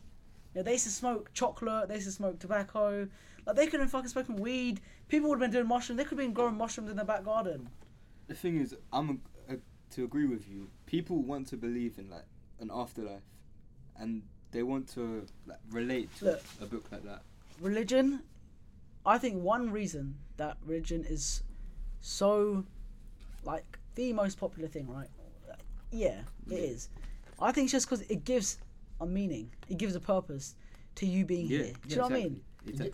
B: You know, they used to smoke chocolate. They used to smoke tobacco. Like they could have fucking smoking weed. People would have been doing mushrooms. They could have been growing mushrooms in their back garden.
A: The thing is, I'm a, a, to agree with you. People want to believe in like an afterlife, and they want to like, relate to
B: Look.
A: a book like that.
B: religion i think one reason that religion is so like the most popular thing right yeah
A: Yeah.
B: it is i think it's just because it gives a meaning it gives a purpose to you being here do you know what i mean
A: Exactly.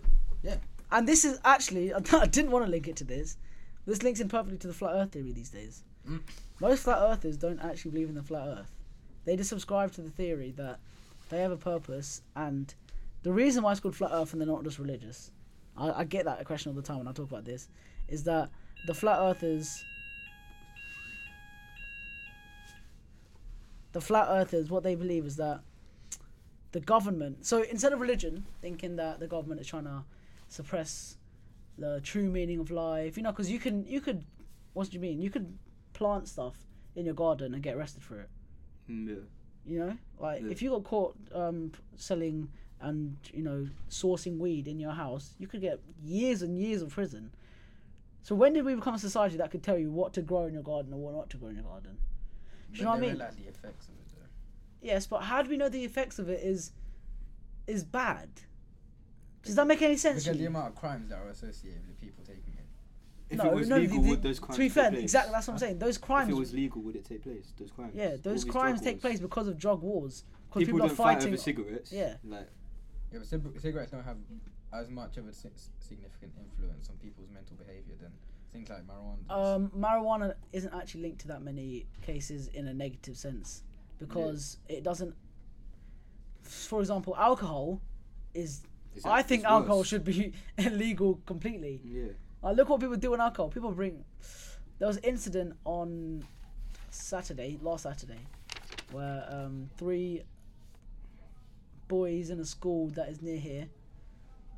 B: and this is actually i didn't want to link it to this this links in perfectly to the flat earth theory these days
C: Mm.
B: most flat earthers don't actually believe in the flat earth they just subscribe to the theory that they have a purpose and the reason why it's called flat earth and they're not just religious i, I get that question all the time when i talk about this is that the flat earthers the flat earthers what they believe is that the government so instead of religion thinking that the government is trying to suppress the true meaning of life you know because you can you could what do you mean you could plant stuff in your garden and get arrested for it
A: Mm, yeah.
B: you know like
A: Yeah.
B: if you got caught um, p- selling and you know sourcing weed in your house you could get years and years of prison so when did we become a society that could tell you what to grow in your garden or what not to grow in your garden Do you
C: But
B: know what I
C: they
B: mean?
C: realised the effects of it. Though.
B: Yes, but how do we know the effects of it is is bad? Does that make any sense?
C: Because
B: to
C: the
B: you?
C: amount of crimes that are associated with the people taking it.
A: If it was legal,
B: the-
A: would
B: the-
A: those crimes
B: to be
A: take
B: fair,
A: place?
B: exactly. That's what I'm saying. Those
A: If
B: crimes,
A: it was legal, would it take place? Those crimes.
B: yeah, those
A: All these
B: crimes
A: drug
B: take
A: wars.
B: place because of drug wars. Because
A: People,
B: people, are
A: don't fight
B: fighting.
A: over cigarettes.
B: Yeah.
A: Like
C: Yeah, but cig- cigarettes don't have as much of a si- significant influence on people's mental behaviour than things like marijuana. does.
B: um, marijuana isn't actually linked to that many cases in a negative sense because it doesn't. For example, alcohol is.
A: it's
B: I
A: act-
B: think
A: it's
B: alcohol
A: worse.
B: should be illegal completely.
A: Yeah.
B: Like, Uh, look what people do on alcohol. People bring. There was an incident on Saturday, last Saturday, where um, three boys in a school that is near here.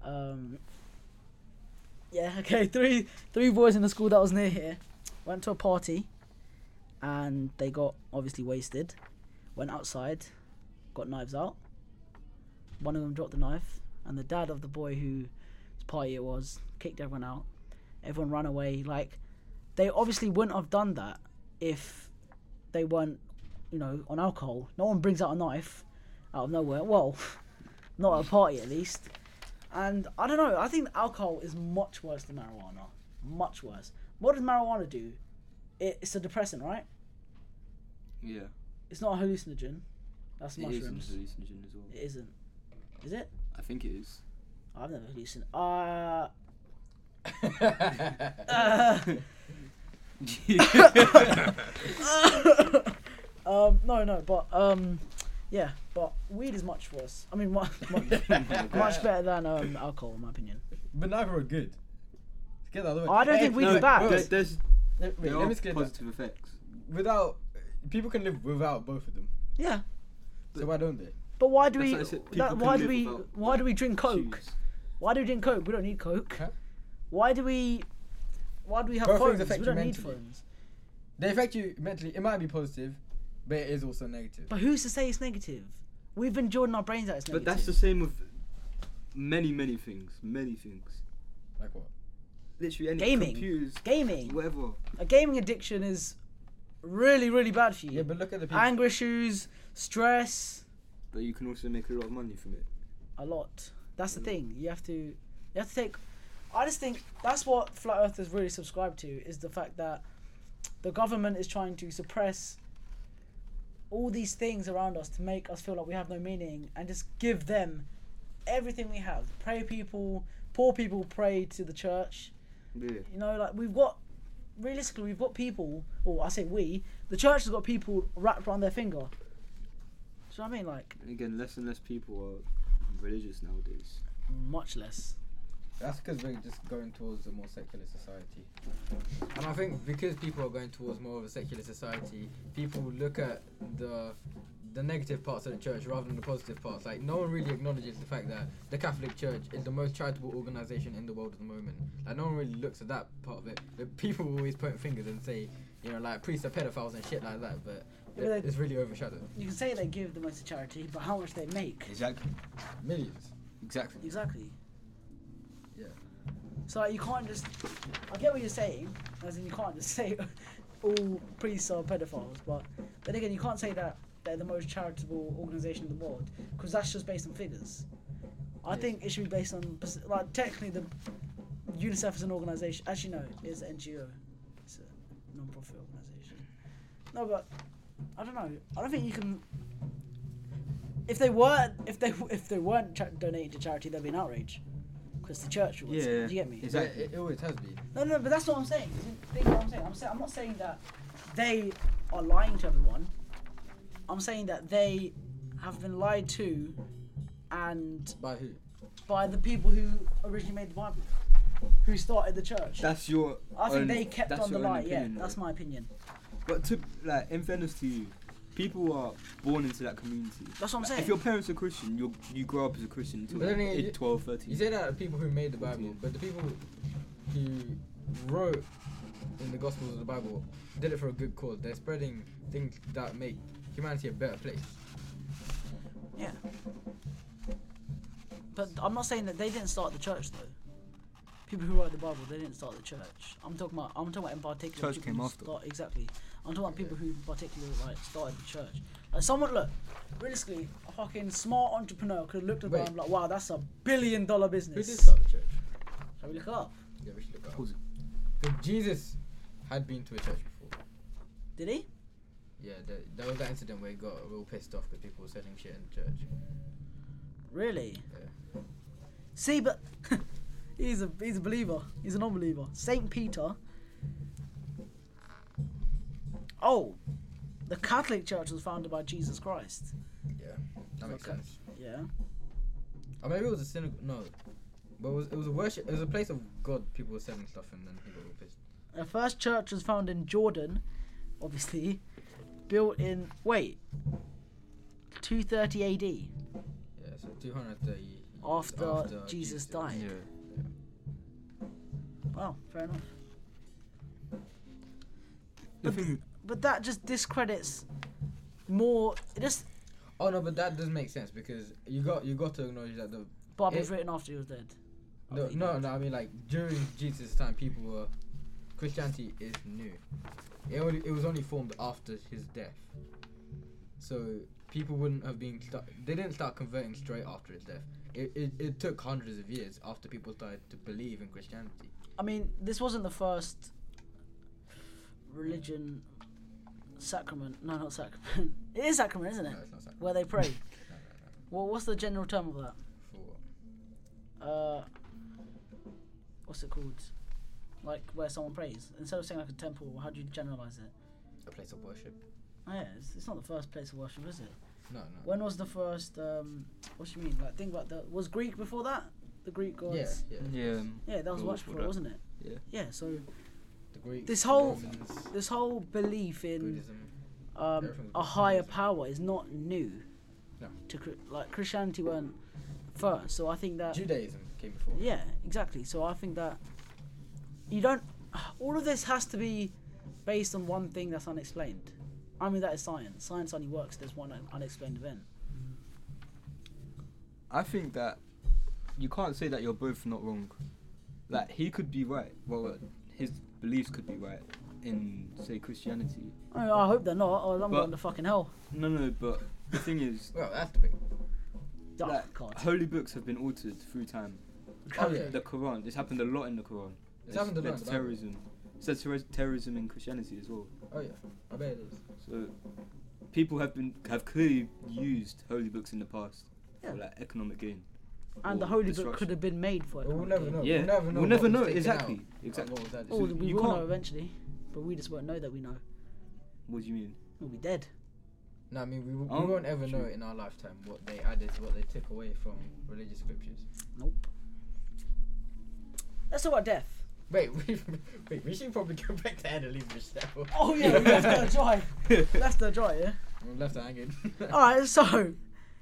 B: Um, yeah, okay, three three boys in a school that was near here went to a party, and they got obviously wasted. Went outside, got knives out. One of them dropped the knife, and the dad of the boy whose party it was kicked everyone out everyone ran away. Like they obviously wouldn't have done that if they weren't, you know, on alcohol. No one brings out a knife out of nowhere. Well, not at a party at least. And I don't know. I think alcohol is much worse than marijuana. Much worse. What does marijuana do? It, it's a depressant, right?
A: Yeah.
B: It's not a hallucinogen. That's
A: It is an
B: mushrooms.
A: hallucinogen as well.
B: It isn't. Is it?
A: I think it is.
B: I've never hallucinated. Uh, um, no, no, but um, yeah, but weed is much worse. I mean, much, much, much better than um, alcohol, in my opinion.
C: but neither are good. Let's get that out of the way.
B: I don't think weed is
A: no,
B: bad.
A: there- There's
C: Let, wait,
A: there
C: let
A: are
C: me skip that.
A: positive effects.
C: Without people can live without both of them.
B: Yeah,
C: So why don't they?
B: but why do
A: That's
B: we?
A: what I said, people
B: That,
A: can
B: why do
A: live
B: we?
A: without
B: Why do we drink coke?
A: Jews.
B: Why do we drink coke? We don't need coke.
C: Huh?
B: Why do we? Why do we have
C: Both things
B: phones?
C: affect
B: We
C: you
B: don't need
C: mentally.
B: phones.
C: They affect you mentally. It might be positive, but it is also negative.
B: But who's to say it's negative? We've been jordan our brains out. It's
A: But
B: negative.
A: that's the same with many, many things. Many things.
C: Like what?
A: Literally any
B: Gaming.
A: computers,
B: gaming.
A: whatever.
B: A gaming addiction is really, really bad for you.
C: Yeah, but look at the people.
B: Anger issues, stress.
A: But you can also make a lot of money from it.
B: a lot. That's the thing. You have to you have to take I just think that's what flat earthers really subscribe to is the fact that the government is trying to suppress all these things around us to make us feel like we have no meaning and just give them everything we have. Pray people, poor people pray to the church.
A: Yeah.
B: You know, like we've got realistically we've got people or I say we, the church has got people wrapped around their finger. Do you know what I mean? Like
A: And again, less and less people are religious nowadays.
B: much less.
C: That's because we're just going towards a more secular society. And I think because people are going towards more of a secular society, people look at the the negative parts of the church rather than the positive parts. Like no one really acknowledges the fact that the Catholic Church is the most charitable organization in the world at the moment. Like no one really looks at that part of it. The people always point fingers and say, you know, like priests are pedophiles and shit like that, but
B: Yeah, but they-
C: it's really overshadowed.
B: You can say they give the most to charity, but how much they make?
A: Exactly.
C: Millions.
A: Exactly.
B: Exactly.
C: Yeah.
B: So like, you can't just. I get what you're saying, as in you can't just say all priests are pedophiles, but then again, you can't say that they're the most charitable organisation in the world because that's just based on figures. I
C: Yes.
B: think it should be based on pers- like technically the UNICEF is an organisation. Actually, no, it's an NGO. It's a non-profit organisation. No, but I don't know. I don't think you can. If they weren't, if they if they weren't cha- donated to charity, there'd be an outrage, because the church would.
A: Yeah,
B: Do you get me?
A: it's-
C: Yeah,
A: Exactly.
C: it, it always has been.
B: No, no, but that's not what I'm saying. Think what I'm saying. I'm saying I'm not saying that they are lying to everyone. I'm saying that they have been lied to, and
C: By who?
B: by the people who originally made the Bible, who started the church.
A: That's your.
B: I think
A: own-
B: they kept
A: that's
B: on the
A: your own
B: lie. Yeah,
A: opinion,
B: that's
A: though.
B: my opinion.
A: But to like, in fairness to you, people are born into that community.
B: That's what I'm
A: Like,
B: saying.
A: If your parents are Christian, you you grow up as a Christian until
C: But
A: like,
C: then you-
A: age 12, 13.
C: You say that the people who made the Bible, but the people who wrote in the Gospels of the Bible did it for a good cause. They're spreading things that make humanity a better place.
B: Yeah. But I'm not saying that they didn't start the church though. People who wrote the Bible, they didn't start the church. I'm talking about I'm talking about in particular.
A: Church
B: people
A: came
B: who
A: after.
B: Start, exactly. I'm talking about people who in particular like started the church. Like someone look, realistically, a fucking smart entrepreneur could have looked at
C: Wait.
B: that and be like, wow, that's a billion dollar
C: Who
B: business.
C: did start the church?
B: Shall we look it up?
C: Yeah, we should look it up.
A: Who's it?
C: But Jesus had been to a church before.
B: Did he?
C: Yeah, there, there was that incident where he got real pissed off because people were selling shit in the church.
B: Really?
C: Yeah.
B: See, but he's a he's a believer. He's a non-believer. Saint Peter. Oh, the Catholic Church was founded by Jesus Christ.
C: Yeah, that makes
B: Okay.
C: sense.
B: Yeah.
C: Or maybe it was a synagogue. No, but it was, it was a worship. It was a place of God. People were selling stuff and then he got real pissed.
B: The first church was founded in Jordan, obviously, built in wait, 230 A.D.
C: Yeah, so 230 years
B: After Jesus died.
A: Yeah.
B: Wow, fair enough.
A: The thing,
B: But that just discredits more. It just
C: Oh no, but that does make sense because you got you got to acknowledge that the
B: Bob was
C: It-
B: written after he was dead. I
C: no
B: think.
C: no, no I mean like during Jesus' time people were Christianity is new. It only, it was only formed after his death, so people wouldn't have been stu- they didn't start converting straight after his death. It, it, it took hundreds of years after people started to believe in Christianity.
B: I mean, this wasn't the first religion sacrament. No, not sacrament. It is sacrament, isn't it?
C: No, it's not sacrament.
B: Where they pray.
C: No, no,
B: Well, what's the general term of that?
C: no. For what?
B: Uh, what's it called? Like where someone prays. Instead of saying like a temple, how do you generalize it?
C: A place of worship?
B: Oh, yeah, it's, it's not the first place of worship, is it?
C: No, no.
B: When was the first? Um, what do you mean? Like think about the was Greek before that? The Greek gods.
C: Yeah, yeah.
A: yeah.
B: Yeah, that was
A: Well,
B: much
A: before
B: before,
A: that.
B: wasn't it?
A: Yeah.
B: Yeah. So
C: The Greeks,
B: This
C: the
B: whole-
C: Romans,
B: this whole belief in.
C: Buddhism.
B: um,
C: Everything's
B: a
C: about
B: higher
C: feminism.
B: power is not new.
C: No.
B: To Chri- like Christianity weren't first, so I think that
C: Judaism came before.
B: yeah, exactly. So I think that you don't. All of this has to be based on one thing that's unexplained. I mean that is science. Science only works. if There's one un- unexplained event.
A: I think that you can't say that you're both not wrong. Like he could be right. Well, uh, his beliefs could be right in say Christianity.
B: I, mean, I hope they're not, or I'm
A: But-
B: going to fucking hell.
A: No, no. But the thing is,
C: Well, that's the big
B: Oh,
A: that
B: God.
A: holy books have been altered through time.
C: Oh, yeah.
A: The Quran. This happened a lot in the Quran.
C: It's happened a lot
A: led
C: in
A: to
C: the Bible.
A: terrorism. It's led to res- terrorism in Christianity as well.
C: Oh yeah, I bet it is.
A: So people have been have clearly used holy books in the past
B: Yeah.
A: for like economic gain.
B: and the
A: or
B: holy book
A: destruction.
B: could have been made for it.
C: We'll never know.
A: Yeah,
C: We'll never know.
A: we'll never
C: what
A: know,
C: was taken
A: exactly,
C: out.
A: exactly.
C: What was that?
A: Oh,
B: Or
A: So
B: we
A: you
B: will know
A: can't-
B: eventually, but we just won't know that we know.
A: What do you mean?
B: We'll be dead.
C: No, I mean we, we
A: Oh,
C: won't ever know
A: true.
C: in our lifetime what they added, what they took away from religious scriptures.
B: Nope. Let's talk about death.
C: Wait, we, wait, we should probably go back to Annalise now.
B: Oh yeah, we left her dry. left her dry. Yeah.
C: I'm left hanging.
B: All right. So,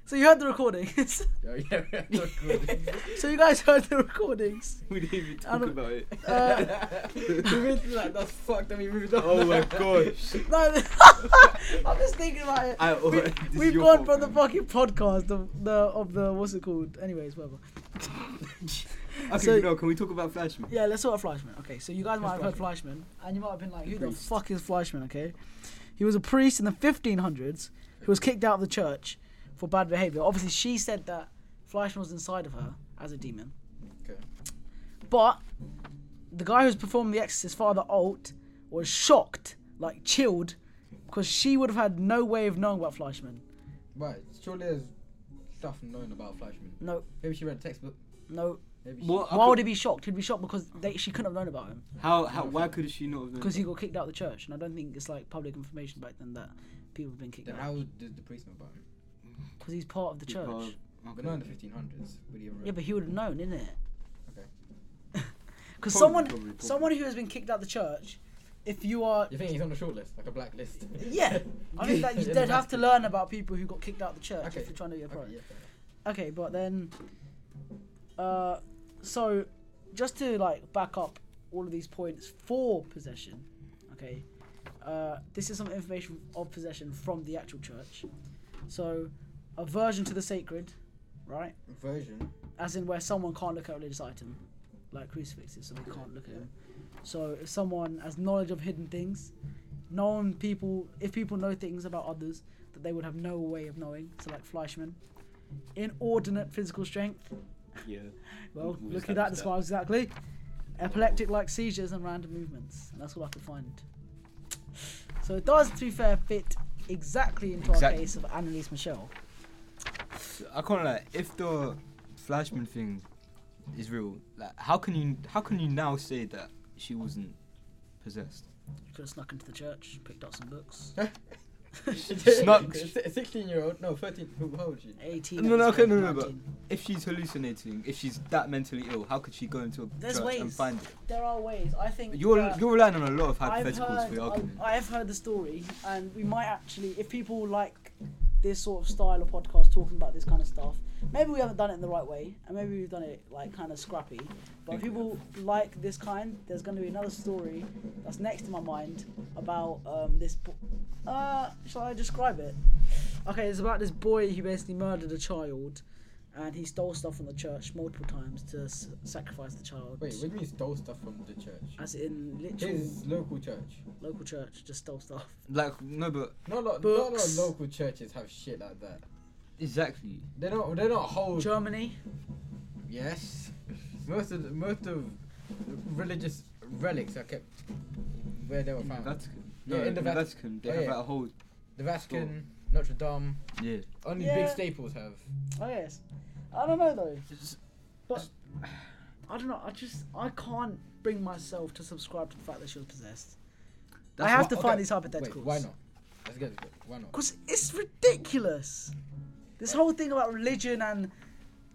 B: so you heard the recordings.
C: Oh, yeah, we have to record.
B: so you guys heard the recordings.
A: We didn't even
B: I
A: talk
B: don't-
A: about it.
B: Uh,
C: we moved like that's fucked and we moved on.
A: Oh my gosh.
B: no, I'm just thinking about it.
A: I- oh,
B: we,
A: this is
B: we've
A: your
B: gone
A: fault,
B: from the
A: man.
B: fucking podcast of the of the what's it called? Anyways, whatever.
A: Okay,
B: So-
A: no, can we talk about Flashman?
B: Yeah, let's talk about Fleischman. Okay, so you guys might have
C: Who's
B: heard Fleischman, and you might have been like,
A: The
B: "Who the
A: priest.
B: fuck is Fleischman?" Okay, he was a priest in the 1500s who was kicked out of the church for bad behavior. Obviously, she said that Fleischman was inside of her as a demon.
C: Okay.
B: But the guy who's performing the exorcist, Father Alt, was shocked, like chilled, because she would have had no way of knowing about Fleischman.
C: Right, surely there's stuff known about Flashman.
B: No,
C: Maybe she read a textbook.
B: no.
C: Maybe she.
A: What?
B: Why would he be shocked? He'd be shocked because they, she couldn't have known about him.
A: How, how? Why could she not have known?
B: because he got kicked out of the church, and I don't think it's like public information back then that people have been kicked
C: Then
B: out
C: how did the priest know about him?
B: because he's part of the church.
A: Because-
C: But not in the 1500s. Would he ever?
B: Yeah, but he would have known, innit?
C: Okay.
B: Because
A: Probably,
B: someone,
A: probably, probably.
B: someone who has been kicked out of the church, if you are,
C: You think he's on the short list, like a blacklist?
B: yeah, I think that you
C: Yeah,
B: would have
C: that's
B: to
C: good.
B: learn about people who got kicked out of the church
C: Okay.
B: if you're trying to be a pro.
C: Okay, yeah, fair
B: Okay, but then, uh, so just to like back up all of these points for possession, okay, uh, this is some information of possession from the actual church. So, aversion to the sacred, right?
C: enough. Version.
B: As in where someone can't look at a religious item, like crucifixes, so we can't look at them. So, if someone has knowledge of hidden things, known people, if people know things about others that they would have no way of knowing, so like Fleischmann, inordinate physical strength.
A: Yeah.
B: Well,
A: We've
B: look at that
A: established
B: describes exactly. Epileptic like seizures and random movements. And that's all I could find. So it does, to be fair, fit exactly into our
A: Exactly.
B: case of Annalise Michelle.
A: I can't lie. If the Flashman thing is real, like, how can you how can you now say that she wasn't possessed?
B: She could have snuck into the church, picked up some books.
A: Snuck.
C: Sixteen-year-old, no, thirteen. Who how old is she?
B: 18.
A: No, no,
B: episodes,
A: okay, no, no, but-
B: 19.
A: If she's hallucinating, if she's that mentally ill, how could she go into a
B: There's
A: church and
B: ways.
A: find it?
B: There are ways. I think.
A: You're
B: that-
A: you're relying on a lot of
B: I've
A: hypotheticals for
B: heard,
A: your argument.
B: I, I have heard the story, and we might actually, if people like this sort of style of podcast talking about this kind of stuff, maybe we haven't done it in the right way, and maybe we've done it like kind of scrappy. But if
A: Think we
B: people like this kind, there's going to be another story that's next to my mind about um, this. Bo- uh, shall I describe it? Okay, it's about this boy who basically murdered a child. And he stole stuff from the church multiple times to s- sacrifice the child.
C: Wait, what do you mean stole stuff from the church?
B: As in literal
C: His local church.
B: local church just stole stuff.
A: like no, but
C: Not a lot. Not a lot
B: Books.
C: of local churches have shit like that.
A: exactly.
C: They're not. They're not whole.
B: Germany.
C: yes. Most of the, most of religious relics are kept where they were
A: In the
C: found.
A: Vatican. No,
C: Hmm. Yeah, in
A: in
C: the
A: the
C: Vat-
A: Vatican, they
C: Oh,
A: have
C: yeah.
A: that whole
C: the Vatican, Notre Dame.
A: yeah.
C: Only
B: Yeah.
C: big staples have.
B: Oh yes. I don't know though. I don't know. I just I can't bring myself to subscribe to the fact that she was possessed. I have to
C: Why-
B: find these
C: Wait,
B: hypotheticals.
C: why not? Let's get this. Why not?
B: Because it's ridiculous. This whole thing about religion and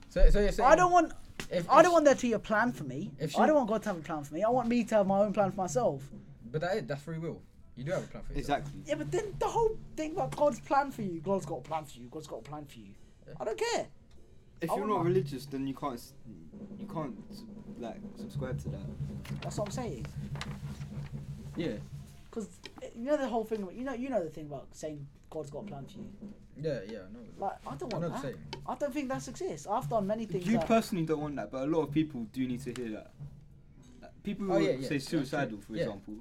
C: So, so you're saying
B: I don't want
C: If,
B: I don't
C: if-
B: want there to be a plan for me.
C: If she-
B: I don't want God to have a plan for me. I want me to have my own plan for myself.
C: But that is, that's free will. You do have a plan for yourself.
A: Exactly.
B: Yeah, but then the whole thing about God's plan for you. God's got a plan for you. God's got a plan for you. I don't care.
A: If
B: I
A: you're
B: would
C: Oh,
A: not
B: like-
A: religious, then you can't s- you can't s- like subscribe to that.
B: That's what I'm saying.
A: Yeah.
B: Because you know the whole thing. About, you know you know the thing about saying God's got a plan for you.
C: Yeah, yeah, no.
B: Like I don't
C: I'm
B: want
C: not
B: that.
C: saying.
B: I don't think that exists. I've done many things.
A: You
B: that-
A: personally don't want that, but a lot of people do need to hear that. Like, people who
C: Oh, yeah, yeah,
A: say
C: that's true.
A: suicidal, for
C: Yeah.
A: example,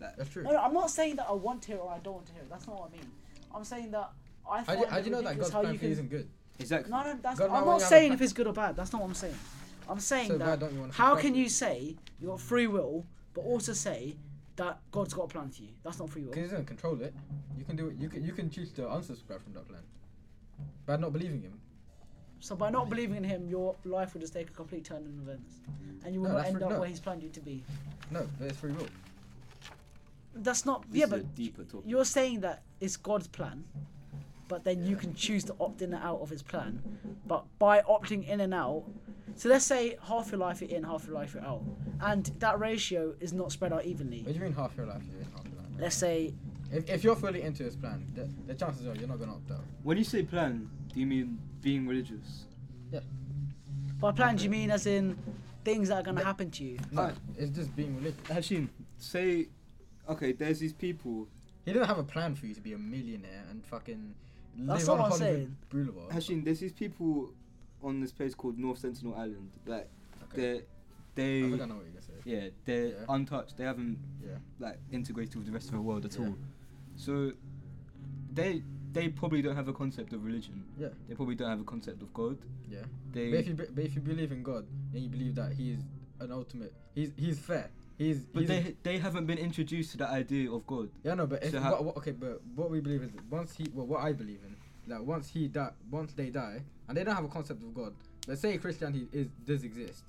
A: like,
C: That's true.
B: No, no, I'm not saying that I want to hear it or I don't want to hear it. That's not what I mean. I'm saying that I
C: How
B: find
C: do, how
B: it
C: do you know that
B: ridiculous
C: God's
B: how
C: plan
B: you
C: for you
B: can.
C: isn't good?
A: exactly.
B: No, no, that's.
C: God
B: I'm
C: knows when
B: not
C: you have
B: saying
C: a
B: if it's good or bad. That's not what I'm saying. I'm saying
C: So why
B: that.
C: don't you wanna
B: how
C: subscribe
B: can
C: to
B: you
C: it?
B: say you got free will, but also say that God's got a plan for you? That's not free will.
C: Because he doesn't control it. You can do it. You can you can choose to unsubscribe from that plan. By not believing him.
B: So by not believing in him, your life will just take a complete turn in events, and you will
C: No,
B: not
C: that's
B: end
C: re-
B: up
C: no.
B: where he's planned you to be.
C: No, but it's free will.
B: That's not.
A: This
B: yeah,
A: is a
B: but
A: deeper talk.
B: you're saying that it's God's plan, but then you can choose to opt in and out of His plan. But by opting in and out, so let's say half your life you're in, half your life you're out, and that ratio is not spread out
C: What
B: evenly.
C: do you mean half your life? You're in half your life.
B: Let's say
C: If, if you're fully into his plan, the, the chances are you're not gonna opt out.
A: When you say plan, do you mean being religious?
B: by plans you mean as in things that are gonna happen to you.
C: No,
A: Alright.
C: it's just being religious.
A: Hashim, say, okay, there's these people.
C: He didn't have a plan for you to be a millionaire and fucking live
B: That's
C: on
B: what I'm
C: Hollywood
B: saying.
C: Boulevard.
A: Hashim, there's these people on this place called North Sentinel Island. Like,
C: okay.
A: they,
C: I
A: they,
C: think I know what you're gonna say.
A: yeah, they're
C: Yeah.
A: untouched. They haven't
C: Yeah.
A: like integrated with the rest of the world at
C: Yeah.
A: all. So, they they probably don't have a concept of religion.
C: Yeah.
A: They probably don't have a concept of God.
C: Yeah.
A: They.
C: But if you be- but if you believe in God and you believe that He is an ultimate, He's He's fair. He's
A: but
C: he's a-
A: they they haven't been introduced to the idea of God.
C: Yeah, no, but if,
A: So how-
C: what, what, okay, but what we believe is that once he, well, what I believe in, that once he die, once they die, and they don't have a concept of God. Let's say Christianity is does exist,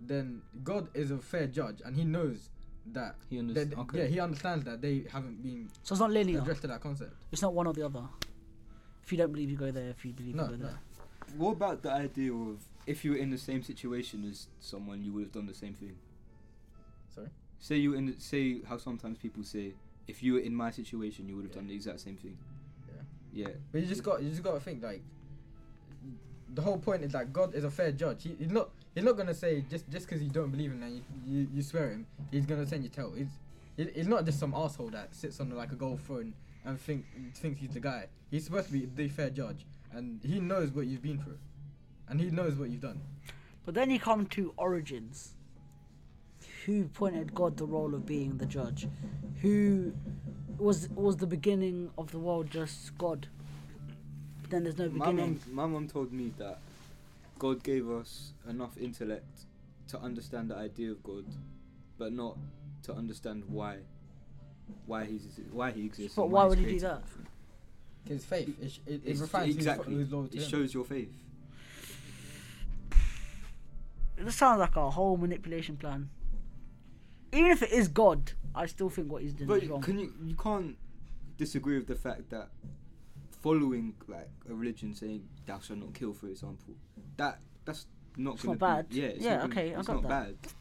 C: then God is a fair judge, and he knows that.
A: He
C: that-
A: understands. Okay.
C: Yeah, he understands that they haven't been
B: So it's not linear.
C: addressed to that concept.
B: It's not one or the other. If you don't believe, you go there. If you believe,
C: No,
B: you go
C: no.
B: there.
A: What about the idea of if you were in the same situation as someone, you would have done the same thing?
C: Sorry?
A: Say you were in the, say how sometimes people say, if you were in my situation, you would have
C: Yeah.
A: done the exact same thing.
C: Yeah.
A: Yeah.
C: But you just got you just got to think like the whole point is that God is a fair judge. He, he's not he's not gonna say just just because you don't believe him and you, you you swear him, he's gonna send you tell. He's he- he's not just some asshole that sits on like a gold throne and think thinks he's the guy. He's supposed to be the fair judge, and he knows what you've been through, and he knows what you've done.
B: But then you come to Origins. Who pointed God the role of being the judge? Who was was the beginning of the world just God? But then there's no
A: My
B: beginning.
A: mum, my mum told me that God gave us enough intellect to understand the idea of God, but not to understand why, why he's why he exists.
B: But
A: and
B: why
A: he's
B: would he do
A: created
B: that?
A: everything.
C: His faith, it, sh- it, it
A: It's
C: refines who's fo-
A: exactly.
C: who's loyal to
A: it
C: him.
A: shows your faith.
B: This sounds like a whole manipulation plan. Even if it is God, I still think what he's doing
A: But
B: is wrong.
A: can you you can't disagree with the fact that following like a religion saying thou shalt not kill, for example, that that's not
B: It's
A: gonna
B: not bad.
A: Be, yeah, it's
B: Yeah,
A: not gonna-
B: okay, I
A: it's
B: got
A: not
B: that.
A: bad.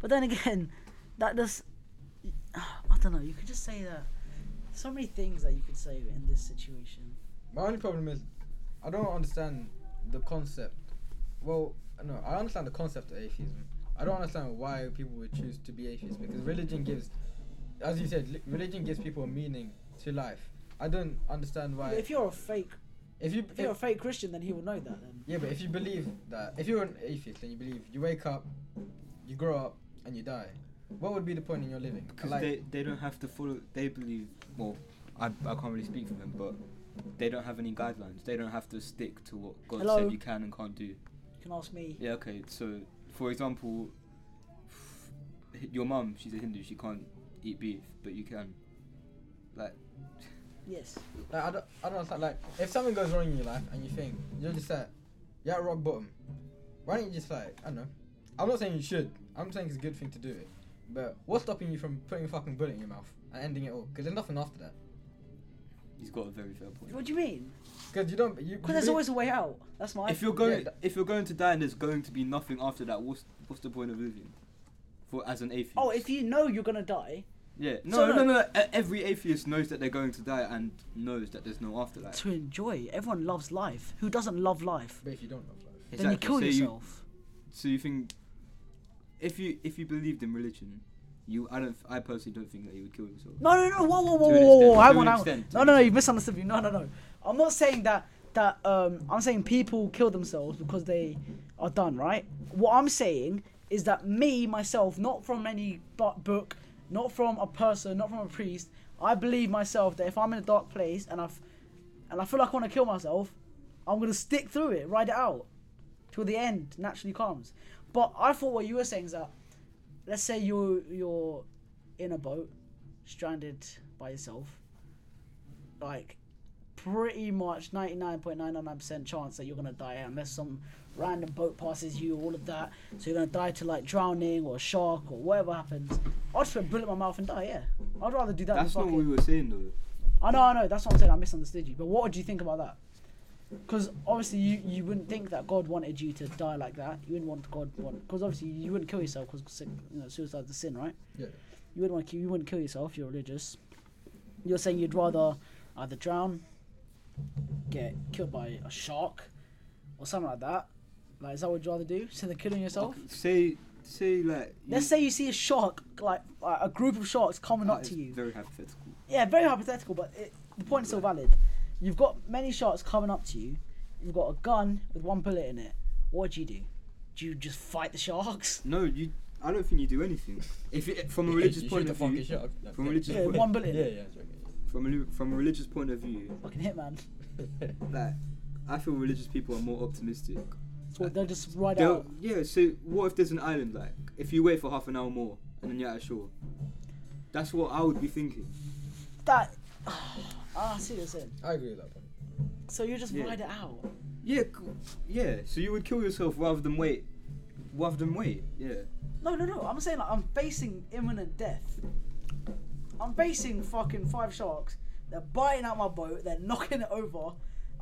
B: But then again, that does. I don't know. You could just say that. So many things that you could say in this situation.
C: My only problem is I don't understand the concept. Well, no, I understand the concept of atheism. I don't understand why people would choose to be atheists because religion gives, as you said, li- religion gives people a meaning to life. I don't understand why.
B: If you're a fake,
C: if you,
B: if you're a fake Christian, then he will know that. Then.
C: yeah, but if you believe that, if you're an atheist and you believe you wake up, you grow up, and you die, what would be the point in your living?
A: Because
C: Like-
A: they, they don't have to follow. They believe. Well, I, I can't really speak for them, but they don't have any guidelines. They don't have to stick to what God
B: Hello?
A: said you can and can't do.
B: You can ask me.
A: Yeah. Okay. So, for example, your mum, she's a Hindu. She can't eat beef, but you can. Like,
B: Yes.
C: Like, I don't, I don't understand. Like, if something goes wrong in your life and you think you're just at, you're at rock bottom, why don't you just like, I don't know. I'm not saying you should. I'm saying it's a good thing to do it. But what's stopping you from putting a fucking bullet in your mouth and ending it all? Because there's nothing after that.
A: he's got a very fair point.
B: What do you mean?
C: Because you don't. You,
B: Because there's always a way out. That's my.
A: if you're going,
C: that-
A: if you're going to die and there's going to be nothing after that, what's what's the point of living? For as an atheist.
B: oh, if you know you're gonna die.
A: yeah. No,
B: So,
A: no,
B: no.
A: no, no. e- Every atheist knows that they're going to die and knows that there's no afterlife.
B: To enjoy, everyone loves life. Who doesn't love life?
C: But if you don't love life,
B: Then you kill
A: so
B: yourself.
A: so you think if you if you believed in religion, you I don't I personally don't think that you would kill yourself.
B: No, no, no. Whoa, whoa, whoa,
A: To an
B: whoa, whoa. Hang on,
A: extent, to an
B: hang on.
A: extent, to
B: No,
A: an
B: no, no. You
A: extent.
B: misunderstood me. No, no, no. I'm not saying that. That um, I'm saying people kill themselves because they are done right. What I'm saying is that me myself, not from any bu- book, not from a person, not from a priest. I believe myself that if I'm in a dark place and I've and I feel like I want to kill myself, I'm gonna stick through it, ride it out till the end naturally comes. But I thought what you were saying is that, let's say you you're in a boat, stranded by yourself, like pretty much 99.999% chance that you're going to die unless some random boat passes you, all of that. So you're going to die to like drowning or shark or whatever happens. I'll just put a bullet in my mouth and die, yeah. I'd rather do that
A: That's
B: than
A: not
B: fucking.
A: what we were saying though.
B: I know, I know, that's what I'm saying. I misunderstood you. But what would you think about that? Because obviously you, you wouldn't think that God wanted you to die like that. You wouldn't want God want because obviously you wouldn't kill yourself because you know suicide's a sin, right?
C: Yeah.
B: You wouldn't want to, you wouldn't kill yourself. You're religious. You're saying you'd rather either drown, get killed by a shark, or something like that. Like is that what you'd rather do? So than killing yourself?
A: Say say like.
B: Let's say you see a shark, like uh, a group of sharks coming
A: that
B: up
A: is
B: to you.
A: Very hypothetical.
B: Yeah, very hypothetical, but it, the point is still valid. You've got many sharks coming up to you. You've got a gun with one bullet in it. What do you do? Do you just fight the sharks?
A: No, you. I don't think you do anything. If it, from a
C: You-
A: religious
C: you
A: point
C: shoot
A: of
C: the fucking
A: view,
C: shark. That's
A: from
C: it.
A: religious
B: Yeah,
A: point,
B: one bullet in
C: Yeah,
B: it.
C: yeah, it's
A: from a, li- from a religious point of view,
B: Fucking hitman.
C: okay.
A: like I feel religious people are more optimistic.
B: So they'll just ride
A: They'll-
B: out.
A: yeah. So what if there's an island? Like if you wait for half an hour more and then you're at shore. That's what I would be thinking.
B: That. Ah, I see what you're saying.
C: I agree with that point.
B: So you just
A: Yeah.
B: ride it out.
A: Yeah, c- yeah. So you would kill yourself rather than wait, rather than wait. Yeah.
B: No, no, no. I'm saying like I'm facing imminent death. I'm facing fucking five sharks. They're biting out my boat. They're knocking it over.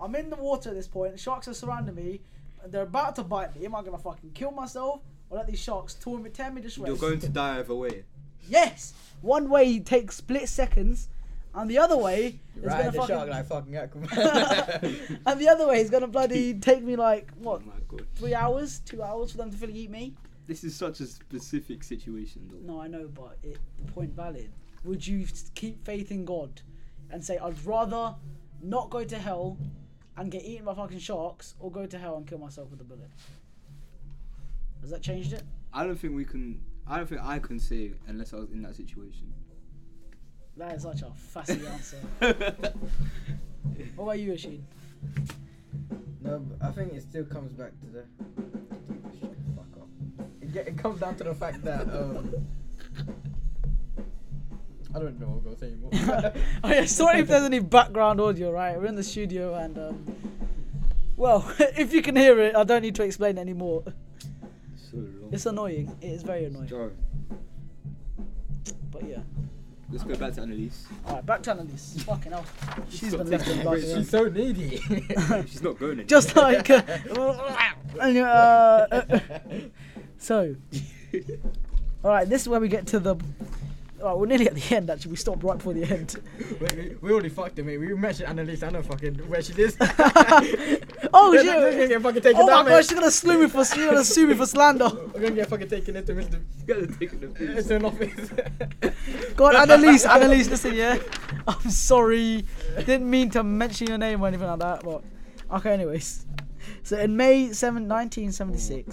B: I'm in the water at this point. Sharks are surrounding me. They're about to bite me. Am I gonna fucking kill myself or let these sharks tore me, tear me to shreds?
A: You're going to die either way.
B: Yes. One way takes split seconds, and the other way is gonna
C: Ride the
B: fucking.
C: shark like fucking Aquaman.
B: and the other way is gonna bloody take me like what
A: Oh my god.
B: three hours, two hours for them to fully eat me.
A: This is such a specific situation, though.
B: No, I know, but it, the point valid. Would you s- keep faith in God and say, I'd rather not go to hell and get eaten by fucking sharks or go to hell and kill myself with a bullet? Has that changed it?
A: I don't think we can. I don't think I can say unless I was in that situation.
B: That is such a fussy answer. Oh. What about you, Rashid?
C: no, but I think it still comes back to the. Fuck off. It, get, it comes down to the fact that. Um, I don't know what goes anymore.
B: oh yeah, sorry if there's any background audio, right? We're in the studio and, um, well, if you can hear it, I don't need to explain it anymore.
A: so long.
B: It's annoying. It is very annoying.
A: Jarrah,
B: But yeah.
A: let's go back to Annalise.
B: Alright, back to Annalise. Fucking hell. She's
A: not
B: been left
A: taking
B: in
A: a break.
B: blood.
C: She's so needy.
A: She's not going anywhere.
B: just like uh, anyway, uh, so all right this is where we get to the all right, we're nearly at the end actually we stopped right before the end
C: we, we, we already fucked it, mate. We mentioned Annalise. I know fucking where she is.
B: oh
C: We're
B: shit
C: gonna get fucking taken
B: oh my
C: down,
B: gosh
C: mate.
B: she's gonna sue me for she's gonna sue me for slander
C: We're gonna get fucking taken into Mr.
A: You guys are taking the piss.
C: It's an office.
B: God Annalise Annalise listen yeah I'm sorry didn't mean to mention your name or anything like that but okay anyways so in May 7 1976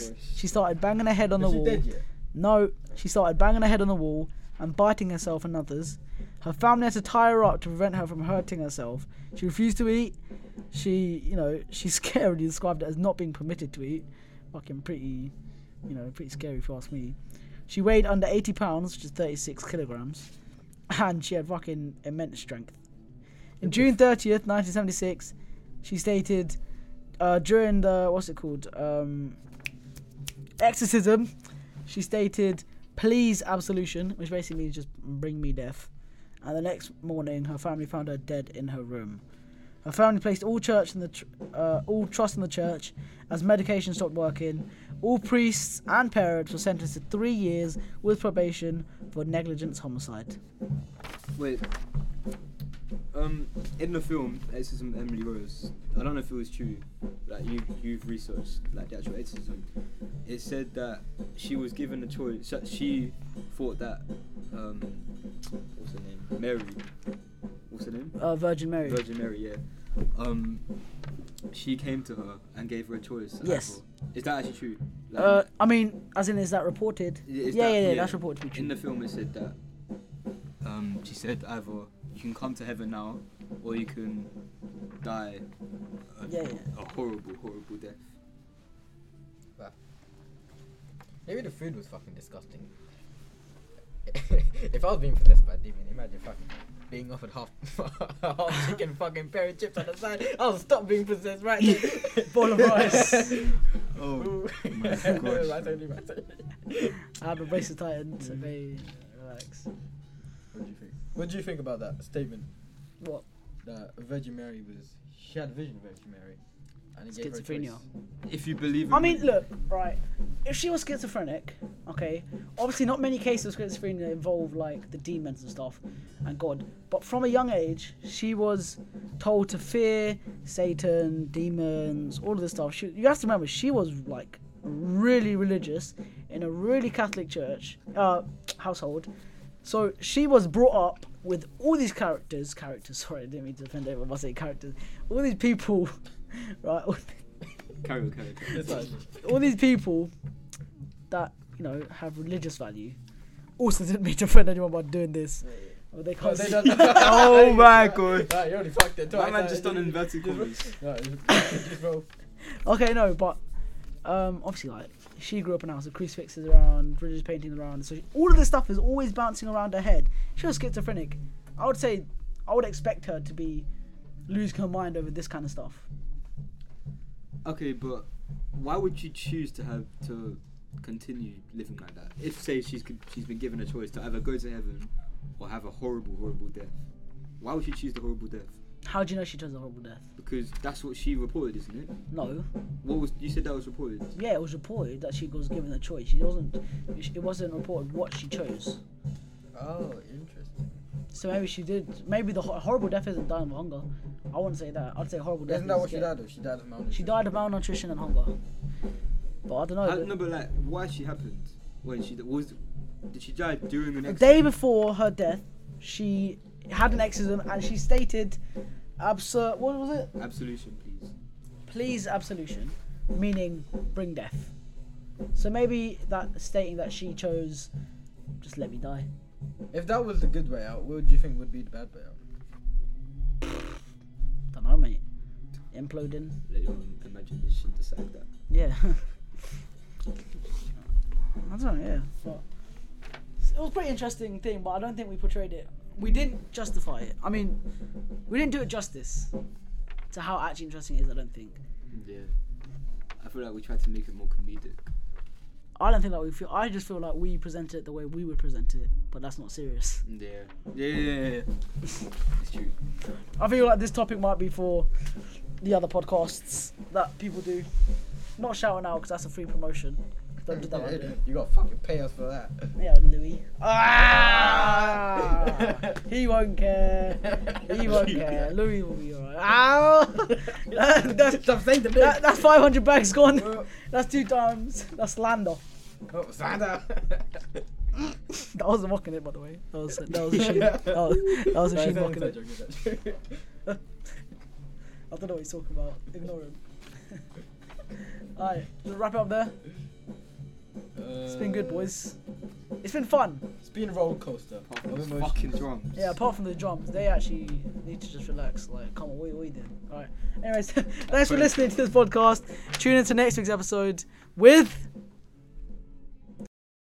A: Oh my gosh.
B: she started banging her head on
C: Is
B: the
C: she
B: wall
C: dead yet?
B: No, she started banging her head on the wall and biting herself and others. Her family had to tie her up to prevent her from hurting herself. She refused to eat. She, you know, she scarily described it as not being permitted to eat. Fucking pretty, you know, pretty scary if you ask me. She weighed under 80 pounds, which is 36 kilograms, and she had fucking immense strength. In June 30th, 1976, she stated uh, during the, what's it called? Um, exorcism. She stated, "Please absolution," which basically means just bring me death. And the next morning, her family found her dead in her room. Her family placed all church in the tr- uh, all trust in the church, as medication stopped working. All priests and parents were sentenced to three years with probation for negligence homicide.
A: Wait. Um, in the film Exorcism of Emily Rose, I don't know if it was true. Like you, you've researched like the actual exorcism. It said that she was given a choice. that She thought that um, what's her name? Mary. What's her name?
B: Uh, Virgin Mary.
A: Virgin Mary. Yeah. Um, she came to her and gave her a choice. and
B: Yes.
A: apple. Is that actually true? Like,
B: Uh, I mean, as in, is that reported?
A: i- is
B: yeah,
A: that-
B: yeah, yeah, That's reported to be true.
A: In the film, it said that um, she said either you can come to heaven now, or you can die a,
B: Yeah, yeah.
A: a horrible, horrible death.
C: Maybe the food was fucking disgusting. if I was being possessed by a demon, imagine fucking being offered half, half chicken fucking pair of chips on the side. I'll stop being possessed right now.
B: Bowl of rice.
A: Oh, my
C: Right,
A: gosh,
C: only,
A: man.
C: right only.
B: I'm a brace of titan, so they
A: Mm-hmm.
B: relax.
C: What do you think? What do you think about that statement
B: What?
C: that Virgin Mary was she had a vision of Virgin Mary and it
B: Schizophrenia.
A: If you believe.
B: I
A: in
B: mean,
A: me-
B: look, right. If she was schizophrenic, okay, obviously not many cases of schizophrenia involve like the demons and stuff and God. But from a young age, she was told to fear Satan, demons, all of this stuff. She, you have to remember, she was like really religious in a really Catholic church uh, household. So she was brought up with all these characters, characters. Sorry, I didn't mean to offend everyone by saying characters. All these people, right? all-
A: Carry on, carry on.
C: It's like,
B: all these people that you know have religious value also didn't mean to offend anyone by doing this. Well, they
C: oh,
B: can't.
C: they
B: see-
C: don't-
A: Oh my god.
C: Right, you already fucked it twice.
A: That man
C: right?
A: just done inverted commas.
C: No, just, just roll.
B: okay, no, but um, obviously, like she grew up in a house of crucifixes around, religious paintings around, so all of this stuff is always bouncing around her head. She was schizophrenic. I would say, I would expect her to be losing her mind over this kind of stuff.
A: Okay, but why would you choose to have to continue living like that? If say she's con- she's been given a choice to either go to heaven or have a horrible, horrible death, why would she choose the horrible death?
B: How do you know she chose a horrible death?
A: Because that's what she reported, isn't it?
B: No.
A: What was you said that was reported?
B: Yeah, it was reported that she was given a choice. She wasn't. It wasn't reported what she chose.
C: Oh, interesting.
B: So maybe she did. Maybe the ho- horrible death isn't dying of hunger. I wouldn't say that. I'd say horrible death.
C: Isn't that
B: is
C: what she
B: get-
C: died of? She died of malnutrition.
B: She died of malnutrition and hunger. But I don't know.
A: How,
B: but-
A: no, but like, why she happened when she was? Did she die during an
B: the
A: accident?
B: day before her death, she had an exorcism and she stated, "Absur, what was it?
A: Absolution, please.
B: Please absolution, meaning bring death." So maybe that stating that she chose, just let me die.
C: If that was the good way out, what do you think would be the bad way out?
B: Don't know, mate. Imploding.
A: Let your imagination decide that.
B: Yeah. I don't know, yeah. But it was a pretty interesting thing, but I don't think we portrayed it. We didn't justify it. I mean, we didn't do it justice to how actually interesting it is, I don't think.
A: Yeah. I feel like we tried to make it more comedic.
B: I don't think that we feel. I just feel like we presented it the way we would present it, but that's not serious.
A: Yeah. Yeah, yeah, yeah. yeah. it's true.
B: I feel like this topic might be for the other podcasts that people do. Not shouting out because that's a free promotion. Don't do that. my dude.
C: you gotta fucking pay us for that.
B: Yeah, Louis. Ah! he won't care. He won't care. Louis will be alright. Ow! That- that's,
C: Stop saying the
B: that, that's 500 bags gone.
C: Oh,
B: That's two times. That's Lando.
C: oh, Santa.
B: That wasn't mocking it, by the way. That was that was a sheen. That was, that was a
C: Sorry,
B: sheen
C: sorry,
B: mocking
C: sorry,
B: it.
C: joking, sorry, joking.
B: I don't know what he's talking about. Ignore him. Alright, just wrap it up there. It's been good,
C: Uh,
B: boys. It's been fun.
C: It's been a roller coaster.
A: Apart
C: of
A: from those
C: emotions.
A: fucking drums.
B: Yeah, apart from the drums, they actually need to just relax. Like, come on, what, what are you doing? Alright. Anyways, thanks for listening to this podcast. Tune in to next week's episode with.